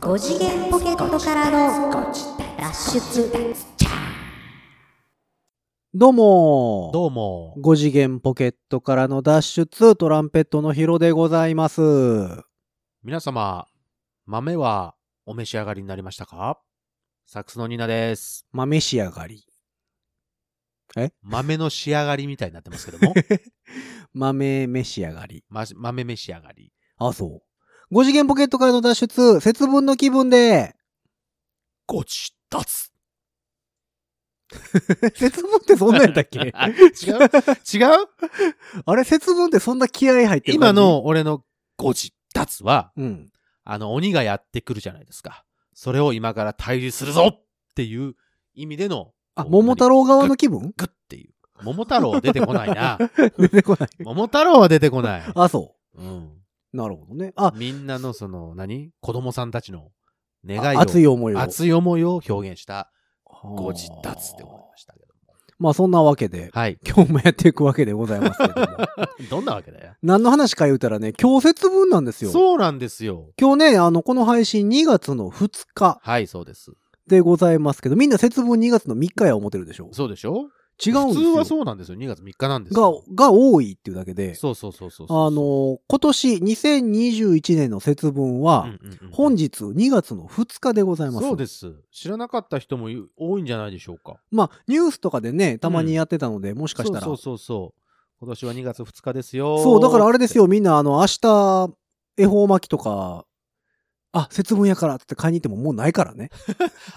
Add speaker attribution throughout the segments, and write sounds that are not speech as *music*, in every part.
Speaker 1: 5次元ポケットからの脱出
Speaker 2: どうも
Speaker 3: どうも。
Speaker 2: 5次元ポケットからの脱出、トランペットのヒロでございます。
Speaker 3: 皆様、豆はお召し上がりになりましたかサックスのニーナです。
Speaker 2: 豆仕上がり。
Speaker 3: 豆の仕上がりみたいになってますけど
Speaker 2: *laughs*
Speaker 3: も。
Speaker 2: 豆召し上がり。
Speaker 3: まじ豆召し上がり。
Speaker 2: あ、そう。5次元ポケットからの脱出、節分の気分で。 *laughs*
Speaker 3: ごちた *laughs* つ。
Speaker 2: 節分ってそんなんやったっけ
Speaker 3: あ *laughs* 違う違う
Speaker 2: あれ、節分ってそんな気合入ってる
Speaker 3: 今、の俺のごちたつは、
Speaker 2: うん。
Speaker 3: あの鬼がやってくるじゃないですか。それを今から退治するぞっていう意味での。
Speaker 2: あ、
Speaker 3: こう
Speaker 2: 桃太郎側の気
Speaker 3: *laughs*
Speaker 2: 分
Speaker 3: グッっていう。桃太郎出てこない
Speaker 2: *laughs*
Speaker 3: な。
Speaker 2: 出てこない。
Speaker 3: 桃太郎は出てこない。
Speaker 2: あ、そ
Speaker 3: うん。
Speaker 2: う。なるほどね。あ、
Speaker 3: みんなのその何子供さんたちの願いを
Speaker 2: 熱い思いを。
Speaker 3: 熱い思いを表現したご
Speaker 2: ご
Speaker 3: 自達でございましたけども
Speaker 2: まあ、そんなわけで、
Speaker 3: はい
Speaker 2: 今日もやっていくわけでございますけ *laughs* ども。
Speaker 3: どんなわけだよ
Speaker 2: 何の話か言うたらね、今日節分なんですよ。
Speaker 3: *laughs* そうなんですよ
Speaker 2: 今日ね、あの、この配信2月の2日
Speaker 3: はいそうです
Speaker 2: でございますけど、みんな節分2月の3日や思ってるでしょ
Speaker 3: そうでしょ
Speaker 2: 違うんですよ。
Speaker 3: 普通はそうなんですよ2月3日なんです
Speaker 2: が
Speaker 3: よ、
Speaker 2: が多いっていうだけで、
Speaker 3: そうそうそうそうそう
Speaker 2: あの、今年2021年の節分は、
Speaker 3: うんうんうん
Speaker 2: 本日2月の2日でございます。
Speaker 3: そうです知らなかった人も多いんじゃないでしょうか
Speaker 2: まあ、ニュースとかでね、たまにやってたので、もしかしたら。
Speaker 3: そうそうそうそう今年は2月2日ですよ
Speaker 2: そうだからあれですよ、みんな、あの、明日、恵方巻きとか、あ、節分やからって買いに行ってももうないからね。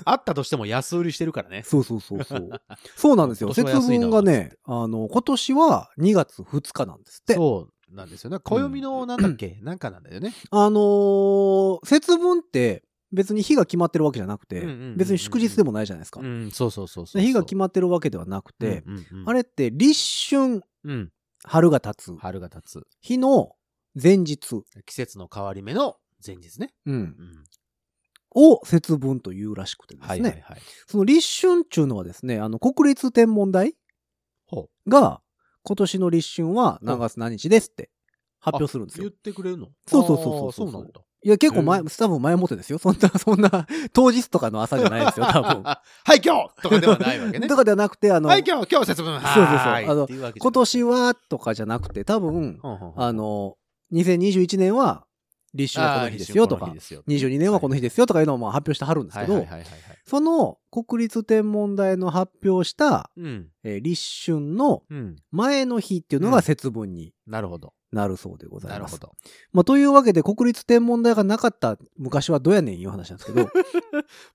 Speaker 3: あったとしても安売りしてるからね
Speaker 2: そうそうそうそう。そうなんです
Speaker 3: *laughs*
Speaker 2: よ。
Speaker 3: 今年
Speaker 2: 節
Speaker 3: は安いな
Speaker 2: 分がね、あの、今年は2月2日なんですって。
Speaker 3: そうなんですよね暦のなんだっけ、なんかなんだよね
Speaker 2: あのー節分って別に日が決まってるわけじゃなくて
Speaker 3: うんうんうんうん、
Speaker 2: 別に祝日でもないじゃないですか
Speaker 3: う。ん、そうそうそうそうそう。
Speaker 2: 日が決まってるわけではなくて、
Speaker 3: うんうんうん
Speaker 2: あれって立春、
Speaker 3: うん。
Speaker 2: 春が経つ、
Speaker 3: 春が経つ。
Speaker 2: 日の前日、
Speaker 3: 季節の変わり目の前日ね。
Speaker 2: うん
Speaker 3: うん。
Speaker 2: を節分というらしくてですね。
Speaker 3: はいはいはい。
Speaker 2: その立春っていうのはですね、あの、国立天文台
Speaker 3: ほう。
Speaker 2: が、今年の立春は何月何日ですって発表するんです
Speaker 3: 言っ
Speaker 2: よ。
Speaker 3: てくれるの
Speaker 2: そうそうそうそう
Speaker 3: あーそうなんだ。
Speaker 2: いや、結構前、
Speaker 3: へ
Speaker 2: 多分前もってですよ。そんな、そんな、当日とかの朝じゃないですよ、多分。
Speaker 3: *laughs* はい、今日とかではないわ *laughs* けね。
Speaker 2: とかではなくて、あの、
Speaker 3: はい、今日今日節分は
Speaker 2: そうそうそう
Speaker 3: ーい
Speaker 2: あの
Speaker 3: っていうわけじゃ
Speaker 2: 今
Speaker 3: ない
Speaker 2: 年はとかじゃなくて、多分、
Speaker 3: ほんほんほん
Speaker 2: あの、2021年は立春はこの日ですよと
Speaker 3: あー
Speaker 2: か
Speaker 3: 立、春この日ですよ
Speaker 2: 22年はこの日ですよとかいうのをまあ発表してはるんですけ
Speaker 3: はい
Speaker 2: ど
Speaker 3: はい、はいはいはい。
Speaker 2: その国立天文台の発表した、
Speaker 3: うん。
Speaker 2: えー立春の
Speaker 3: うん。
Speaker 2: 前の日っていうの
Speaker 3: う
Speaker 2: が
Speaker 3: ん
Speaker 2: 節分に
Speaker 3: なるほど。
Speaker 2: なるそうでござ
Speaker 3: ないる
Speaker 2: ま
Speaker 3: ほ
Speaker 2: す。
Speaker 3: ど。
Speaker 2: まあ、というわけで国立天文台がなかった昔はどうやねんいう話なんですけど、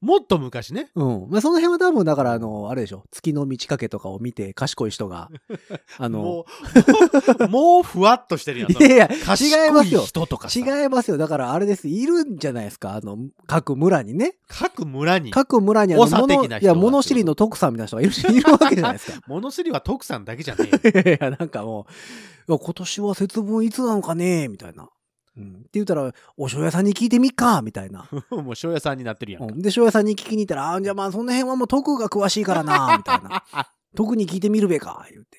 Speaker 3: もっと昔ね。
Speaker 2: うん。まあ、その辺は多分だから、あの、あれでしょ、月の満ち欠けとかを見て賢い人
Speaker 3: *laughs*
Speaker 2: が、あの、
Speaker 3: もう、もうふわっとしてるやん。 *laughs*
Speaker 2: いやいや、
Speaker 3: 賢
Speaker 2: 違いますよ
Speaker 3: 人とかさ。
Speaker 2: 違いますよ。だからあれです。いるんじゃないですか。あの、各村にね。
Speaker 3: 各村に。
Speaker 2: 各村にあの、
Speaker 3: 長
Speaker 2: 物
Speaker 3: 的な人が
Speaker 2: いや、物知りの徳さんみたいな人がいるし、いるわけじゃないですか。
Speaker 3: 物知りは徳さんだけじゃねえよ。
Speaker 2: い *laughs* やいや、なんかもう、いや今年は節分いつなのかねみたいな。うん。って言ったら、お醤油屋さんに聞いてみっかみたいな。 *laughs*
Speaker 3: もう庄屋さんになってるやん
Speaker 2: う
Speaker 3: か。
Speaker 2: ん、で、醤油屋さんに聞きに行ったら、あじゃあまあ、その辺はもう徳が詳しいからなみたい
Speaker 3: *laughs*
Speaker 2: な。徳に聞いてみるべか言って。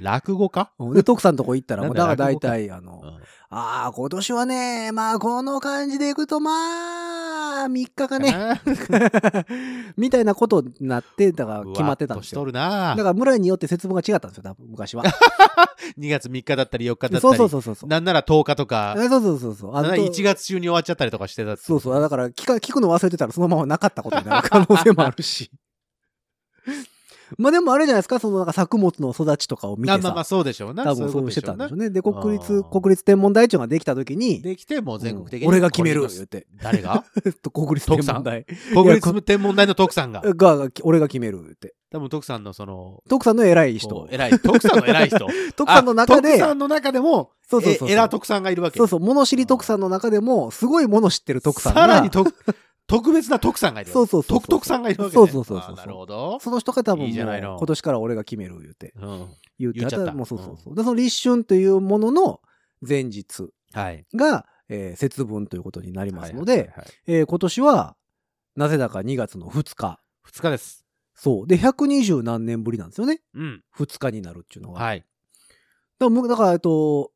Speaker 3: 落語家、
Speaker 2: うんで、徳さんのとこ行ったら、もうだ
Speaker 3: な
Speaker 2: から
Speaker 3: んだ
Speaker 2: 大体、あの、
Speaker 3: うん
Speaker 2: ああ、今年はね、まあ、この感じでいくと、まあ、3日かね、みたいなことになって、だから *laughs* 決まってたんです
Speaker 3: ふわ
Speaker 2: よ
Speaker 3: っとしと。るな
Speaker 2: だから村によって節分が違ったんですよ、多分
Speaker 3: *laughs*
Speaker 2: 昔は。
Speaker 3: 2月3日だったり4日だったり。
Speaker 2: そうそうそうそうそう。
Speaker 3: なんなら10日と
Speaker 2: あ
Speaker 3: か、
Speaker 2: そうそうそうそう。あ
Speaker 3: な
Speaker 2: の
Speaker 3: んなら1月中に終わっちゃったりとかしてたって
Speaker 2: そうそう。だから聞か、聞くの忘れてたらそのままなかったことになる可能性もあるし。 *laughs* まあでもあれじゃないですか、そのなんか作物の育ちとかを見て
Speaker 3: あ
Speaker 2: さ、
Speaker 3: まあまあそうでしょうな。
Speaker 2: 多分そうしてたんでしょ
Speaker 3: う
Speaker 2: う
Speaker 3: ね。
Speaker 2: ね。で、国立、
Speaker 3: うん
Speaker 2: 国立天文台長ができた時に、
Speaker 3: できて、もう全国的に、
Speaker 2: うん俺が決める
Speaker 3: これ
Speaker 2: 言っ
Speaker 3: に
Speaker 2: て。*laughs*
Speaker 3: 誰が
Speaker 2: 国立天文台
Speaker 3: 国立天文台の徳さんが。
Speaker 2: が、が俺が決める言って。
Speaker 3: 多分徳さんのその、
Speaker 2: 徳さんの偉い
Speaker 3: こ
Speaker 2: 人
Speaker 3: う。偉い、徳さんの偉い人。
Speaker 2: *laughs* 徳さんの中
Speaker 3: あ
Speaker 2: で、
Speaker 3: 徳さんの中でも、
Speaker 2: そうそうそう。
Speaker 3: え偉徳さんがいるわけ。
Speaker 2: そうそう、物知り徳さんの中でも、すごい物知ってる徳さんが、
Speaker 3: さらに徳、 *laughs* 特別な徳さんがいるわけ。
Speaker 2: そうそうそうそう
Speaker 3: 徳徳さんがいるわけ、ね。
Speaker 2: そうそうそうそう
Speaker 3: あーなるほど。
Speaker 2: その人が多分
Speaker 3: いいじゃない
Speaker 2: もう
Speaker 3: の
Speaker 2: 今年から俺が決める言って。
Speaker 3: うん。
Speaker 2: 言って
Speaker 3: 言っちゃった
Speaker 2: あもうそうそうそう。で、その立春というものの前日
Speaker 3: はい。
Speaker 2: が、えー節分ということになりますので、
Speaker 3: はいはいはいはい
Speaker 2: えー今年は、なぜだか2月の2日。
Speaker 3: 二日です。
Speaker 2: そう。で、120何年ぶりなんですよね。
Speaker 3: うん。
Speaker 2: 2日になるっていうのは。
Speaker 3: はい。
Speaker 2: だからむ、だからえっと、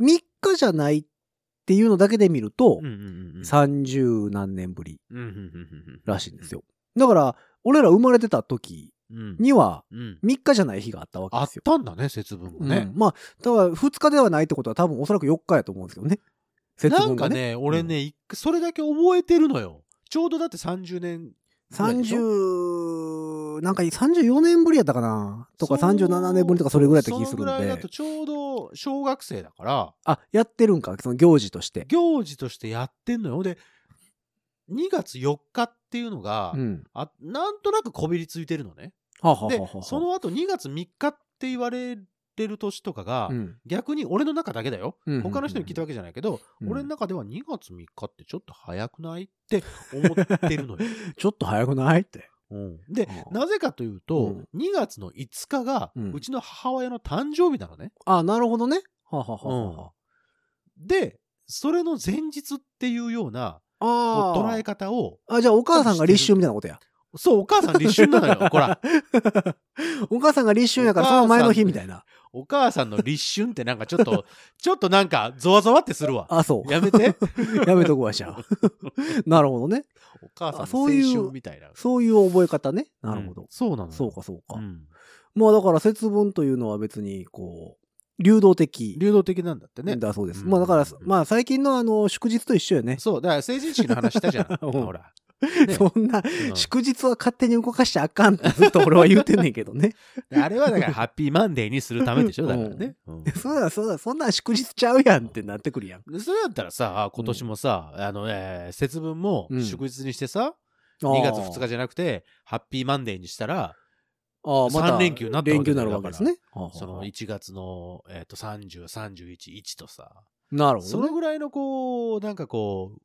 Speaker 2: 3日じゃないっていうのだけで見ると
Speaker 3: うん、うんうん。
Speaker 2: 30何年ぶり
Speaker 3: うんうんうん
Speaker 2: らしいんですよ。だから、俺ら生まれてた時
Speaker 3: うんうん。
Speaker 2: には、
Speaker 3: うん。
Speaker 2: 3日じゃない日があったわけ
Speaker 3: あ
Speaker 2: で
Speaker 3: っ
Speaker 2: すよ。
Speaker 3: たんだね、節分がね
Speaker 2: うん。まあ、だから2日ではないってことは多分おそらく4日やと思うんですけどね。節
Speaker 3: な
Speaker 2: 分
Speaker 3: ん
Speaker 2: が
Speaker 3: か
Speaker 2: ね。
Speaker 3: ね、俺ね、一回それだけ覚えてるのよ。ちょうどだって30年
Speaker 2: 30、なんか34年ぶりやったかなとか37年ぶりとかそれぐらいやった気するん
Speaker 3: そのぐらいだ
Speaker 2: で
Speaker 3: と。ちょうど小学生だから、
Speaker 2: あ、やってるんか、その行事として。
Speaker 3: 行事としてやってんのよ。で、2月4日っていうのが、
Speaker 2: うん。
Speaker 3: あなんとなくこびりついてるのね。
Speaker 2: はあはあは
Speaker 3: で
Speaker 2: あはあ、
Speaker 3: その後2月3日って言われてる年とかが、
Speaker 2: うん、
Speaker 3: 逆に俺の中だけだよ、
Speaker 2: うんうんうんうん
Speaker 3: 他の人に聞いたわけじゃないけど、
Speaker 2: うん
Speaker 3: 俺の中では2月3日ってちょっと早くないって思ってるのよ。
Speaker 2: *laughs* ちょっと早くないって。
Speaker 3: うんで
Speaker 2: あ、あ
Speaker 3: なぜかという
Speaker 2: う
Speaker 3: と
Speaker 2: ん、
Speaker 3: 2月の5日が
Speaker 2: うん
Speaker 3: うちの母親の誕生日なのね。
Speaker 2: あ、なるほどね。はあ、はあはあは
Speaker 3: で、それの前日っていうような
Speaker 2: あ、
Speaker 3: こう
Speaker 2: ああ。
Speaker 3: 捉え方を、
Speaker 2: あ、じゃあお母さんが立春みたいな
Speaker 3: *laughs*
Speaker 2: ことや。
Speaker 3: そう、お母さん立春な
Speaker 2: *laughs*
Speaker 3: のよ。ほら、
Speaker 2: お母さんが立春やからその前の日みたいな。
Speaker 3: お母さんの立春ってなんかちょっと、ちょっとなんかゾワゾワってするわ。
Speaker 2: あ、そう。
Speaker 3: やめて。
Speaker 2: やめとくわ、
Speaker 3: *laughs*
Speaker 2: じゃあ。なるほどね。
Speaker 3: お母さ
Speaker 2: あ
Speaker 3: んの
Speaker 2: そ
Speaker 3: 青
Speaker 2: ういう
Speaker 3: 春みたいな。
Speaker 2: そういう覚え方ね。なるほど。
Speaker 3: うんそうなのよ
Speaker 2: そうか、そうか。
Speaker 3: うん
Speaker 2: まあだから節分というのは別に、こう、流動的
Speaker 3: 流動的なんだってね。
Speaker 2: だそうです。
Speaker 3: うん
Speaker 2: まあだから、
Speaker 3: うん
Speaker 2: まあ最近のあの、祝日と一緒よね。
Speaker 3: そう、だから成人式の話したじゃん。
Speaker 2: *laughs* うん
Speaker 3: ほら。ね
Speaker 2: そんな、
Speaker 3: うん
Speaker 2: 祝日は勝手に動かしちゃあかんってずっと俺は言ってんねんけどね。 *laughs*
Speaker 3: であれはだからハッピーマンデーにするためでしょ、だからね。うん
Speaker 2: そうだ、そうだ、そんなん祝日ちゃうやんってなってくるやん。
Speaker 3: でそれだったらさ、あ今年もさ、あの、えー節分も
Speaker 2: うん
Speaker 3: 祝日にしてさ、
Speaker 2: 2
Speaker 3: 2月2日じゃなくて、ハッピーマンデーにしたら、
Speaker 2: ああ、また
Speaker 3: 三連休になったわけだ
Speaker 2: 連休になるわけですね。
Speaker 3: その1月の、えー、と30、31、1とさ、
Speaker 2: なるほ
Speaker 3: そ
Speaker 2: どね
Speaker 3: の。ぐらいのこう、なんかこう、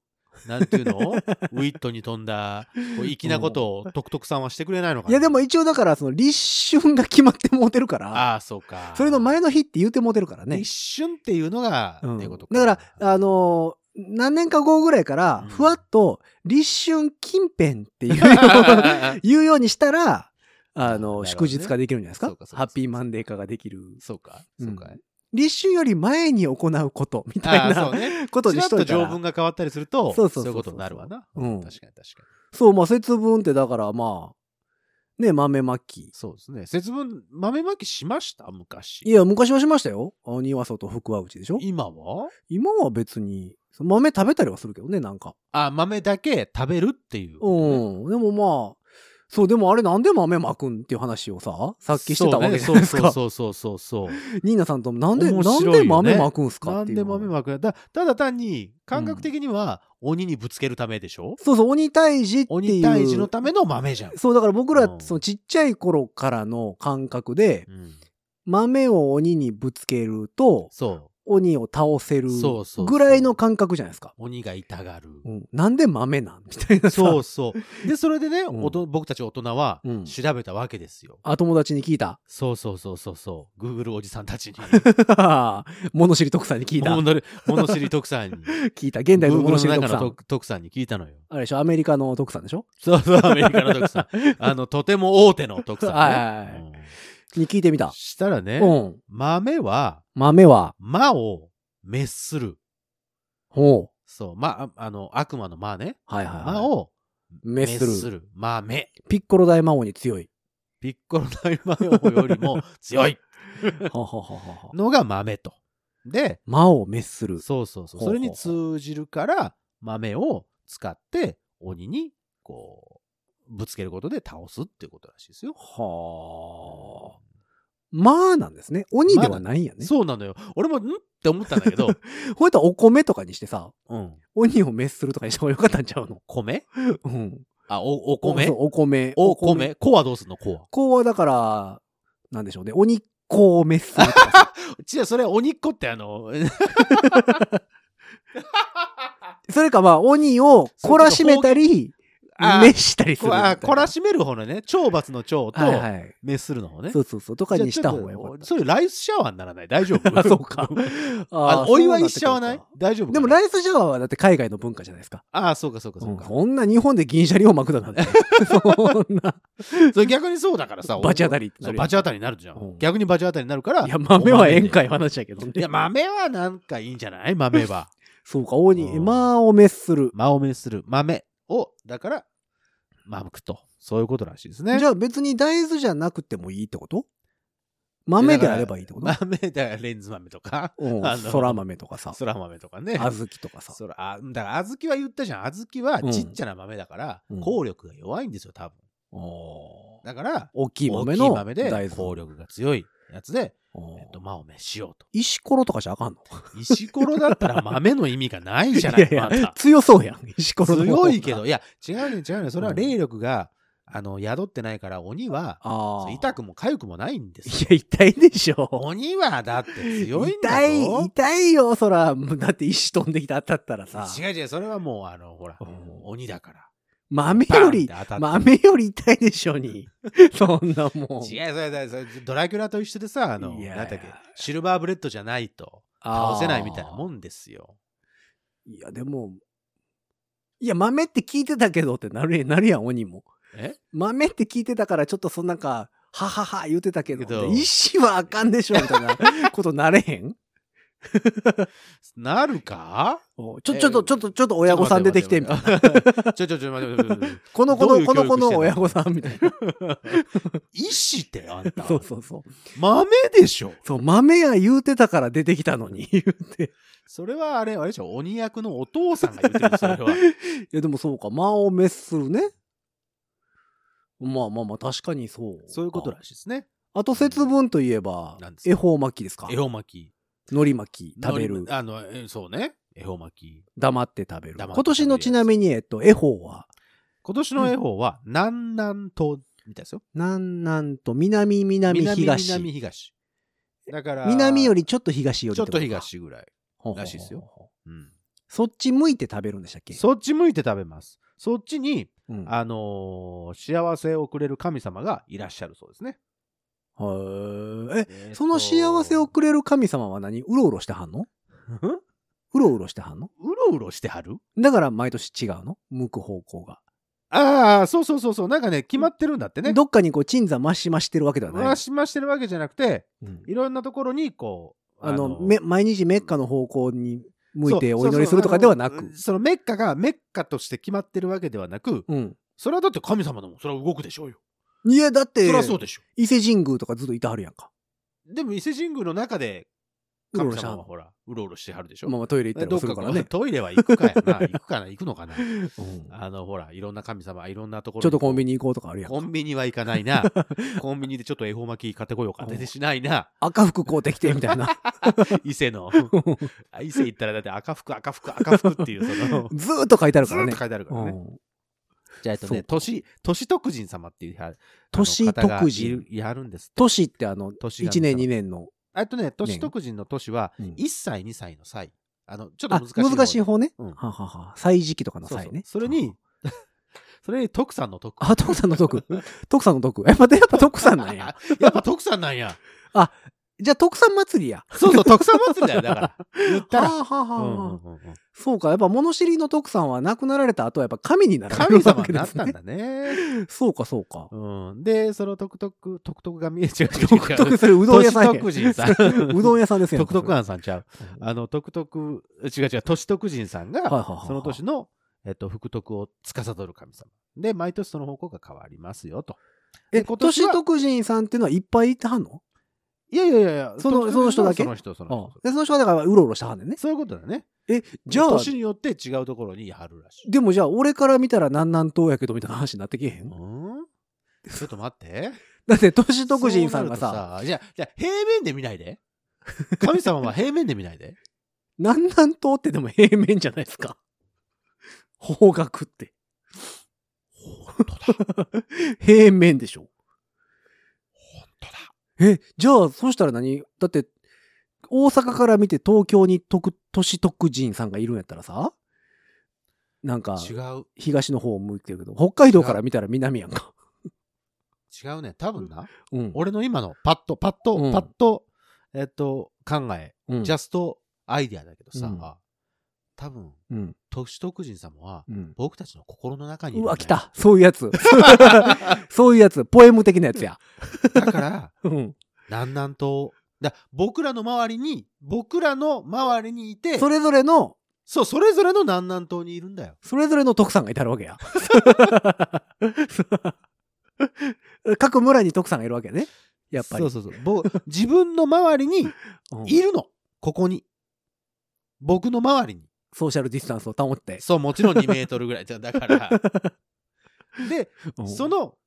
Speaker 3: なんていうのウィットに飛んだ、こう粋なことを、トクトクさんはしてくれないのか
Speaker 2: い
Speaker 3: な
Speaker 2: やでも、一応だから、その立春が決まってもうてるから、
Speaker 3: ああ、そうか。
Speaker 2: それの前の日って言うてもうてるからね。
Speaker 3: 立春っていうのが、
Speaker 2: うん
Speaker 3: っていうこと
Speaker 2: だから、あ、のー何年か後ぐらいから
Speaker 3: うん、
Speaker 2: ふわっと立春近辺っていう
Speaker 3: *laughs*
Speaker 2: 言うようにしたら、あ
Speaker 3: なるほ
Speaker 2: の
Speaker 3: ど
Speaker 2: ー、
Speaker 3: ね
Speaker 2: 祝日化できるんじゃないです
Speaker 3: そう
Speaker 2: か
Speaker 3: かそうか
Speaker 2: ハッピーマンデー化ができる。
Speaker 3: そうか、
Speaker 2: う
Speaker 3: そ
Speaker 2: ん
Speaker 3: うかい。
Speaker 2: 立春より前に行うこと、みた
Speaker 3: あ
Speaker 2: い
Speaker 3: あ、そう
Speaker 2: な
Speaker 3: ね。
Speaker 2: こと
Speaker 3: ち
Speaker 2: に
Speaker 3: ら
Speaker 2: し
Speaker 3: っ
Speaker 2: と
Speaker 3: と
Speaker 2: いた
Speaker 3: 条
Speaker 2: ら
Speaker 3: 文が変わったりすると、
Speaker 2: そ
Speaker 3: そうう
Speaker 2: そうそうそう
Speaker 3: いうことになるわな。
Speaker 2: うん
Speaker 3: 確かに確かに。
Speaker 2: そう、まあ節分ってだからまあ、ね、豆まき。
Speaker 3: そうですね。節分、豆まきしました昔。
Speaker 2: いや、昔はしましたよ。鬼は外、福は内でしょ
Speaker 3: 今は
Speaker 2: 今は別に、その豆食べたりはするけどね、なんか。
Speaker 3: あ、豆だけ食べるっていう
Speaker 2: う
Speaker 3: ことね、
Speaker 2: ん。でもまあ、そう、でもあれなんで豆まくんっていう話をさ、さっきしてたわけじゃ
Speaker 3: そ
Speaker 2: な
Speaker 3: う
Speaker 2: い
Speaker 3: ね
Speaker 2: ですか。
Speaker 3: そうそうそうそうそう
Speaker 2: ニーナさんともなんで、
Speaker 3: 面
Speaker 2: なん
Speaker 3: 白いよ
Speaker 2: で
Speaker 3: ね
Speaker 2: 豆まくんすか
Speaker 3: な
Speaker 2: っ
Speaker 3: ん
Speaker 2: ていう。
Speaker 3: で豆まくたただ単に、感覚的には、鬼にぶつけるためでしょ、
Speaker 2: そうそう、鬼退治っていう。
Speaker 3: 鬼退治のための豆じゃん。
Speaker 2: そう、だから僕ら
Speaker 3: う、ん
Speaker 2: そのちっちゃい頃からの感覚で
Speaker 3: う、ん、
Speaker 2: 豆を鬼にぶつけると、
Speaker 3: そ
Speaker 2: 鬼を倒せる
Speaker 3: そうそうそう
Speaker 2: ぐらいの感覚じゃないですか。
Speaker 3: う。鬼が痛がる。
Speaker 2: うんなんで豆なん *laughs* みたいなさ。
Speaker 3: そうそう。で、それでね、
Speaker 2: うん
Speaker 3: おと僕たち大人は
Speaker 2: うん
Speaker 3: 調べたわけですよ。
Speaker 2: あ、友達に聞いた。
Speaker 3: そうそうそうそうそう。Google おじさんたちに。
Speaker 2: 物知り徳さんに聞いた。
Speaker 3: 物知り物知り特産に。
Speaker 2: 聞いた。 *laughs* 現代の
Speaker 3: Google
Speaker 2: 物知り
Speaker 3: の
Speaker 2: 徳さん。
Speaker 3: 中の特特産に聞いたのよ。
Speaker 2: あれでしょアメリカの徳さんでしょ
Speaker 3: そうそう、アメリカの特産。
Speaker 2: *laughs*
Speaker 3: あの、とても大手の特産、ね。
Speaker 2: はいはいはい
Speaker 3: うん
Speaker 2: に聞いてみた。
Speaker 3: したらね、
Speaker 2: うん。
Speaker 3: 豆は、
Speaker 2: 豆は、
Speaker 3: 魔を滅する。
Speaker 2: ほ
Speaker 3: そう、ま、ああの、悪魔の魔ね。
Speaker 2: う。はいはい、はい。
Speaker 3: 魔を
Speaker 2: 滅
Speaker 3: 滅
Speaker 2: する。
Speaker 3: する。豆。
Speaker 2: ピッコロ大魔王に強
Speaker 3: *laughs*
Speaker 2: い。
Speaker 3: ピッコロ大魔王よりも強い
Speaker 2: はははは
Speaker 3: のが豆と。で、
Speaker 2: 魔王を滅する。
Speaker 3: そうそうそう。
Speaker 2: ほうほ
Speaker 3: そ
Speaker 2: う
Speaker 3: れに通じるから、豆を使って鬼に、こう、ぶつけることで倒すっていうことらしいですよ。
Speaker 2: はあ。まあなんですね。鬼ではないんやね。
Speaker 3: そうなのよ。俺も、んって思ったんだけ
Speaker 2: *laughs*
Speaker 3: ど、
Speaker 2: こうやったらお米とかにしてさ、
Speaker 3: うん。
Speaker 2: 鬼を滅するとかにした方がよかったんちゃうの
Speaker 3: 米
Speaker 2: うん。
Speaker 3: あ、お、お米
Speaker 2: そうお米。
Speaker 3: お、米。子はどうすんの子は。
Speaker 2: こうはだから、なんでしょうね。鬼子を滅するとかさ。
Speaker 3: 違う、それ鬼っ子ってあの、 *laughs*
Speaker 2: それかまあ、鬼を懲らしめたり、
Speaker 3: あ
Speaker 2: 滅したりする
Speaker 3: こ
Speaker 2: みたいな。
Speaker 3: あ懲らしめる方のね、懲罰の懲と、
Speaker 2: はいはい。
Speaker 3: 滅するの方ね。
Speaker 2: そうそうそう。とかにした方がよかっ
Speaker 3: じゃあちょっと
Speaker 2: た。
Speaker 3: そういうライスシャワーにならない大丈夫
Speaker 2: *laughs* あそうか
Speaker 3: あ
Speaker 2: あ
Speaker 3: お祝いしちゃわない
Speaker 2: そう
Speaker 3: 大丈夫
Speaker 2: でも
Speaker 3: イ
Speaker 2: ライスシャワーはだって海外の文化じゃないですか。
Speaker 3: ああ、そうかそうかそううんか。
Speaker 2: こんな日本で銀シャリを巻くだなんて。そんな、
Speaker 3: それ逆にそうだからさ、
Speaker 2: バチ当た
Speaker 3: り。
Speaker 2: りってな
Speaker 3: そう
Speaker 2: るやん
Speaker 3: バチ当たりになるじゃん。
Speaker 2: うん
Speaker 3: 逆にバチ当たりになるから。
Speaker 2: いや、豆は
Speaker 3: お
Speaker 2: 宴
Speaker 3: で
Speaker 2: 会話やけどね。 *laughs*
Speaker 3: いや、豆はなんかいいんじゃない豆は。
Speaker 2: そうか、鬼、
Speaker 3: うん
Speaker 2: 魔を滅する。
Speaker 3: 魔を滅する豆を、だから、まむくと。そういうことらしいですね。
Speaker 2: じゃあ別に大豆じゃなくてもいいってこと豆であればいいってこと
Speaker 3: 豆だからレンズ豆とか、
Speaker 2: うん
Speaker 3: あの
Speaker 2: 空豆とかさ、
Speaker 3: そら豆とかね。
Speaker 2: 小豆とかさ。
Speaker 3: そらあだから小豆は言ったじゃん。小豆はちっちゃな豆だから、
Speaker 2: うん
Speaker 3: 効力が弱いんですよ、多分。
Speaker 2: おー
Speaker 3: だから、
Speaker 2: 大きい
Speaker 3: 大
Speaker 2: 豆
Speaker 3: きい
Speaker 2: の
Speaker 3: 豆
Speaker 2: 大
Speaker 3: で効
Speaker 2: 豆。
Speaker 3: 力が強いやつで、
Speaker 2: おー
Speaker 3: えっと、魔を滅しようと。
Speaker 2: 石ころとかじゃあかんの
Speaker 3: 石ころだったら豆の意味がないじゃないい
Speaker 2: やい
Speaker 3: ま
Speaker 2: や
Speaker 3: だ、
Speaker 2: 強そうやん。石ころの方が
Speaker 3: 強いけ。ど、いや、違うね、違うね。それは
Speaker 2: うん
Speaker 3: 霊力が、あの、宿ってないから、鬼は、
Speaker 2: ああ。
Speaker 3: 痛くも痒くもないんで
Speaker 2: い
Speaker 3: すよ。
Speaker 2: や、痛いでしょ。
Speaker 3: 鬼はだって強いんだ
Speaker 2: 痛い、
Speaker 3: ぞ。
Speaker 2: 痛いよ、そら。だって石飛んできて当たったらさ。
Speaker 3: 違う違う、それはもう、あの、ほら
Speaker 2: うん、
Speaker 3: 鬼だから。
Speaker 2: 豆より
Speaker 3: バ、ンって当たって
Speaker 2: 豆より痛いでしょ
Speaker 3: *laughs*
Speaker 2: に。そんなもん。
Speaker 3: 違う、それだ、それドラキュラと一緒でさ、あの、
Speaker 2: いや
Speaker 3: なんだっけ、シルバーブレッドじゃないと、倒せないみたいなもんですよ。
Speaker 2: いや、でも、いや、豆って聞いてたけどってなるやなるやん、鬼も。
Speaker 3: え
Speaker 2: 豆って聞いてたから、ちょっとそんなんか、ははは言ってたけど、
Speaker 3: けど
Speaker 2: 石はあかんでしょ、みたい
Speaker 3: *laughs*
Speaker 2: なことなれへん
Speaker 3: なるか
Speaker 2: おちょ、
Speaker 3: え
Speaker 2: ちょっと、ちょっと、ちょっと親御さん出てきて、みたいな。
Speaker 3: な。ちょちょちょ、待って待って待って。
Speaker 2: この子
Speaker 3: どう
Speaker 2: の、
Speaker 3: いう
Speaker 2: この子
Speaker 3: 教育
Speaker 2: の
Speaker 3: してんの
Speaker 2: 親御さん、みたいな。
Speaker 3: 意志ってあんた。
Speaker 2: そうそうそう。
Speaker 3: 豆でしょ。
Speaker 2: そう、豆や言うてたから出てきたのに、言 *laughs* うて。
Speaker 3: それはあれ、あれでしょ、鬼役のお父さんが言ってる、それは。
Speaker 2: いや、でもそうか、魔を滅するね。まあまあまあ、確かに *laughs* そう。
Speaker 3: そういうことらしいですね。
Speaker 2: あと節分といえば
Speaker 3: 何で、すか
Speaker 2: 恵方巻きですか
Speaker 3: 恵方巻
Speaker 2: 海苔巻き
Speaker 3: き。
Speaker 2: 食べ
Speaker 3: の
Speaker 2: る
Speaker 3: り。あの、えそうね。恵方巻き。
Speaker 2: 黙って食べる。
Speaker 3: 黙って食べる
Speaker 2: 今年のちなみに、えっと、恵方は、
Speaker 3: 今年の恵方は、南南東みたいですよ。
Speaker 2: 南南と南南東。南
Speaker 3: 南南東。だから、
Speaker 2: よ
Speaker 3: り
Speaker 2: りちょっと東より
Speaker 3: ちょ
Speaker 2: て
Speaker 3: っ
Speaker 2: こと
Speaker 3: と
Speaker 2: か。
Speaker 3: 東ぐらい。
Speaker 2: ほうほうほう
Speaker 3: らしいですよ。うん。
Speaker 2: そっち向いて食べるんでしたっけ
Speaker 3: そっち向いて食べます。そっちに、
Speaker 2: うん。へ
Speaker 3: あのー幸せをくれる神様がいらっしゃるそうですね。
Speaker 2: ーえ、その幸せをくれる神様は何うろうろしてはんの
Speaker 3: うん
Speaker 2: うろうろしてはんの
Speaker 3: うろうろしてはる
Speaker 2: だから毎年違うの向く方向が。
Speaker 3: ああ、そうそうそうそう。なんかね、決まってるんだってね。
Speaker 2: どっかにこう、鎮座増し増してるわけではな
Speaker 3: わ
Speaker 2: い。
Speaker 3: しましてるわけじゃなくて、
Speaker 2: うん
Speaker 3: いろんなところにこう、
Speaker 2: あの、め毎日メッカの方向に向いて
Speaker 3: そう
Speaker 2: お祈りするとかではな
Speaker 3: そうそうあ
Speaker 2: く
Speaker 3: の。そのメッカがメッカとして決まってるわけではなく、
Speaker 2: うん。
Speaker 3: それはだって神様でもそれは動くでしょうよ。
Speaker 2: いや、だって
Speaker 3: それ、はそうでしょ。
Speaker 2: 伊勢神宮とかずっといてはるやんか。
Speaker 3: でも伊勢神宮の中で
Speaker 2: うろうろ
Speaker 3: 神
Speaker 2: してはん
Speaker 3: 様
Speaker 2: の
Speaker 3: はほら、うろうろしてはるでしょ。
Speaker 2: まあまあトイレ行ったり
Speaker 3: ど
Speaker 2: も
Speaker 3: っ
Speaker 2: す
Speaker 3: か
Speaker 2: る
Speaker 3: こ
Speaker 2: から
Speaker 3: う
Speaker 2: ね。
Speaker 3: トイレは行くかやな。行くかな、行くのかな。
Speaker 2: うん
Speaker 3: あの、ほら、いろんな神様、いろんなところに
Speaker 2: ちょっとコンビニ行こうとかあるやん
Speaker 3: コ
Speaker 2: か。
Speaker 3: ンビニは行かない
Speaker 2: *laughs*
Speaker 3: な。コンビニでちょっと恵方巻き買ってこようか。
Speaker 2: うん *laughs*
Speaker 3: 出てしないな。
Speaker 2: 赤服買うてきてみたいな。、
Speaker 3: 伊勢の。あ伊勢行ったらだって赤服、赤服、 *laughs* 赤服っていう、その
Speaker 2: ずーっと書い *laughs* てある
Speaker 3: ず
Speaker 2: から
Speaker 3: ーっ
Speaker 2: ね
Speaker 3: と。書いてあるからね。
Speaker 2: うん
Speaker 3: じゃあ、えっと
Speaker 2: そう
Speaker 3: ね、年、年徳人様っていうは、あの
Speaker 2: 年
Speaker 3: 方が
Speaker 2: 徳
Speaker 3: い
Speaker 2: 人
Speaker 3: る。やるんです。
Speaker 2: 年ってあの、
Speaker 3: 年が
Speaker 2: 1年2年の。
Speaker 3: あとね、年徳人の年は、
Speaker 2: うん
Speaker 3: 1歳、2歳の歳。あの、ちょっ
Speaker 2: あ
Speaker 3: と難しい方。
Speaker 2: 難しい方ね。
Speaker 3: うん
Speaker 2: ははは。歳時期とかの
Speaker 3: そう
Speaker 2: 歳
Speaker 3: そう
Speaker 2: ね。
Speaker 3: それ
Speaker 2: う
Speaker 3: に
Speaker 2: ん。、
Speaker 3: それに徳さんの徳。
Speaker 2: あ、徳さんの
Speaker 3: *laughs*
Speaker 2: 徳。徳さんの徳。え、またやっぱ徳さんなんや。
Speaker 3: やっぱ徳さんなんや。
Speaker 2: じゃあ徳さん祭りや。
Speaker 3: そうそう、徳さん祭りだよ、だから。言ったら。
Speaker 2: はあはあは
Speaker 3: う
Speaker 2: あ
Speaker 3: んう
Speaker 2: は
Speaker 3: ん
Speaker 2: あ
Speaker 3: うんうん
Speaker 2: そうか。やっぱ物知りの徳さんは亡くなられた後はやっぱ神になられ
Speaker 3: 神
Speaker 2: るわ
Speaker 3: 様
Speaker 2: けで
Speaker 3: になっ
Speaker 2: す
Speaker 3: たん
Speaker 2: ね。
Speaker 3: だね。
Speaker 2: そうかそうか。
Speaker 3: うん、で、そのトクトク、トクトクが見え違
Speaker 2: *laughs*
Speaker 3: う違う違う。
Speaker 2: 徳徳それうどん屋さんや。
Speaker 3: 都市徳人さん
Speaker 2: *laughs* うどん屋さんです
Speaker 3: *laughs*
Speaker 2: よね。
Speaker 3: トクトク庵さんちゃう。あの、トクトク、違う違う、都市徳人さんが、
Speaker 2: はいはいはいはい
Speaker 3: その年の、えっと、福徳を司る神様。で、毎年その方向が変わりますよ、と。
Speaker 2: え、
Speaker 3: で今
Speaker 2: 都
Speaker 3: 年は
Speaker 2: 市徳人さんっていうのはいっぱいいてはんの
Speaker 3: いやいやいやいや、
Speaker 2: その
Speaker 3: 都市
Speaker 2: その人だけ
Speaker 3: その人、その人。
Speaker 2: で、その人はだからうろうろしてはんねんね。
Speaker 3: そういうことだね。
Speaker 2: え、じゃあ、
Speaker 3: 年によって違うところにやるらしい。
Speaker 2: でもじゃあ俺から見たら南南東やけどみたいな話になってけえへ
Speaker 3: うんんちょっと待って。
Speaker 2: だって都市徳人さんが
Speaker 3: そうな
Speaker 2: さ、
Speaker 3: るとじゃあ、じゃあ平面で見な
Speaker 2: *laughs*
Speaker 3: いで。神様は平面で見ないで。
Speaker 2: 南南東ってでも平面じゃないですか。方角って。 *laughs* 平面でしょ。
Speaker 3: 本当だ。
Speaker 2: え、じゃあ、そしたら何だって、大阪から見て東京に徳都市徳人さんがいるんやったらさ、なんか、
Speaker 3: 違う
Speaker 2: 東の方を向いてるけど、北海道から見たら南やんか。
Speaker 3: 違うね多分な、
Speaker 2: うん。
Speaker 3: 俺の今のパッとパッと、
Speaker 2: うん
Speaker 3: パッとえっと考え、
Speaker 2: うん
Speaker 3: ジャストアイディアだけどさ、
Speaker 2: うん
Speaker 3: 多分
Speaker 2: うん。
Speaker 3: 年徳人様は
Speaker 2: うん。
Speaker 3: 僕たちの心の中にいる
Speaker 2: うん
Speaker 3: だよ
Speaker 2: わ、来た。そういうやつ。 *laughs* そういうやつ。ポエム的なやつや。
Speaker 3: だから
Speaker 2: うん。
Speaker 3: 南南東だ僕らの周りに僕らの周りにいて
Speaker 2: それぞれの
Speaker 3: そう、それぞれの南南東にいるんだよ。
Speaker 2: それぞれの徳さんがいたるわけ
Speaker 3: *laughs*
Speaker 2: や。各村に徳さんがいるわけね。やっぱり。
Speaker 3: そうそうそう。ぼ自分の周りに
Speaker 2: うん
Speaker 3: いるの。ここに。僕の周りに。
Speaker 2: ソーシャルディスタンスを保って。
Speaker 3: そう、もちろん2メートルぐらい。じゃあだから。 *laughs* で、
Speaker 2: うん
Speaker 3: そ、の、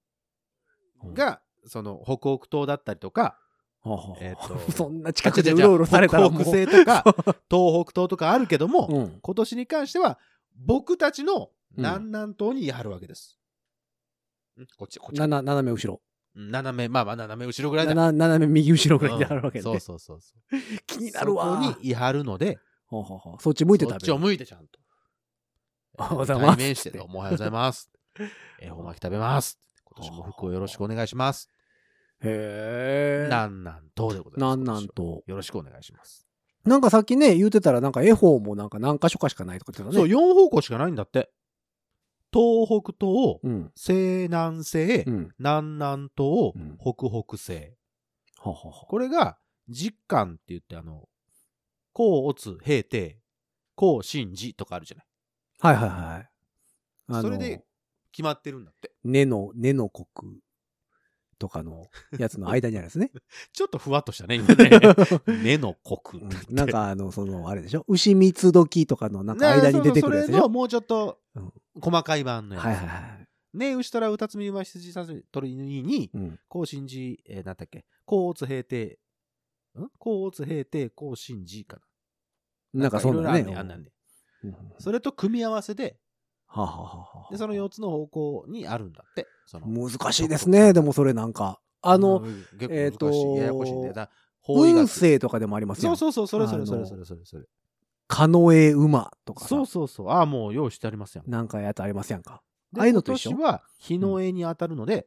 Speaker 2: うん、
Speaker 3: が、その、北北東だったりとか、
Speaker 2: ほうほう
Speaker 3: えー
Speaker 2: *laughs*
Speaker 3: と
Speaker 2: そんな近くでうろうろされたらもう。
Speaker 3: 北北西とか、東北東とかあるけども、
Speaker 2: うん。
Speaker 3: 今年に関しては、僕たちの南南東にやるわけです。んこっち、こっち。
Speaker 2: なな斜め後ろ。
Speaker 3: うん斜め、まあまあ斜め後ろぐらいだ。
Speaker 2: なな斜め右後ろぐらいであるわけで
Speaker 3: うん。そうそうそうそう。
Speaker 2: 気になるわ。
Speaker 3: そこにいはるので、
Speaker 2: ほうほうほうそっち向いて
Speaker 3: そっ
Speaker 2: 食べ
Speaker 3: ち
Speaker 2: る
Speaker 3: を。向いてちゃんと。
Speaker 2: おはようございます
Speaker 3: 対面してと、おはようござ
Speaker 2: *laughs*
Speaker 3: います。恵方巻き食べます。今年も服をよろしくお願いします。
Speaker 2: へえ。
Speaker 3: なんなんとでございま
Speaker 2: な
Speaker 3: す。
Speaker 2: んなん
Speaker 3: 今年
Speaker 2: と。
Speaker 3: もよろしくお願いします。
Speaker 2: なんかさっきね、言うてたら、なんか絵本もなんか何箇所かしかないとか言ってた
Speaker 3: そう、
Speaker 2: ね。
Speaker 3: 4方向しかないんだって。東北東、
Speaker 2: うん。
Speaker 3: 西南西、
Speaker 2: うん。
Speaker 3: 南南東
Speaker 2: うん、
Speaker 3: 北北西。
Speaker 2: ほうほうほう
Speaker 3: これが、実感って言って、あの、甲乙平定、甲信寺とかあるじゃない。
Speaker 2: はいはいはい。あの
Speaker 3: それで、決まってるんだって。
Speaker 2: 根の、根の国とかのやつの間にあるんです *laughs* ね。
Speaker 3: ちょっとふわっとしたね、今ね。根の国
Speaker 2: *laughs*
Speaker 3: だって
Speaker 2: うんなん、かあの、その、あれでしょ牛蜜時とかのなんか間に出てくるやつでし
Speaker 3: ねそうそうそれの
Speaker 2: ょ
Speaker 3: もうちょっと
Speaker 2: うん、
Speaker 3: 細かい版のやつ。
Speaker 2: はいはいはい。
Speaker 3: ね牛とらうたつみ馬羊させとりにに、
Speaker 2: うん。
Speaker 3: 甲信寺、えーなんだっけ、甲乙平定、ん甲乙平定、甲信寺かな。
Speaker 2: なんかそんな
Speaker 3: 色々
Speaker 2: ね。
Speaker 3: あんねんあんなんねん
Speaker 2: うん
Speaker 3: それと組み合わせで、
Speaker 2: はあはあはあ
Speaker 3: でその4つの方向にあるんだって。その
Speaker 2: 難しいですね。でもそれなんか。あの、
Speaker 3: うん結構
Speaker 2: えーと
Speaker 3: 難しい。ややこしいんだよな。方位
Speaker 2: 運
Speaker 3: 学
Speaker 2: 勢とかでもあります
Speaker 3: そ
Speaker 2: よ
Speaker 3: う。そうそう、それそれ
Speaker 2: あの
Speaker 3: それそれそれそれ。
Speaker 2: カノエ馬とかさ。
Speaker 3: そうそうそう。ああ、もう用意してありますやん。
Speaker 2: なんかやつありますやんか。
Speaker 3: で
Speaker 2: ああいうのと一緒
Speaker 3: 今年は日の絵に当たるので、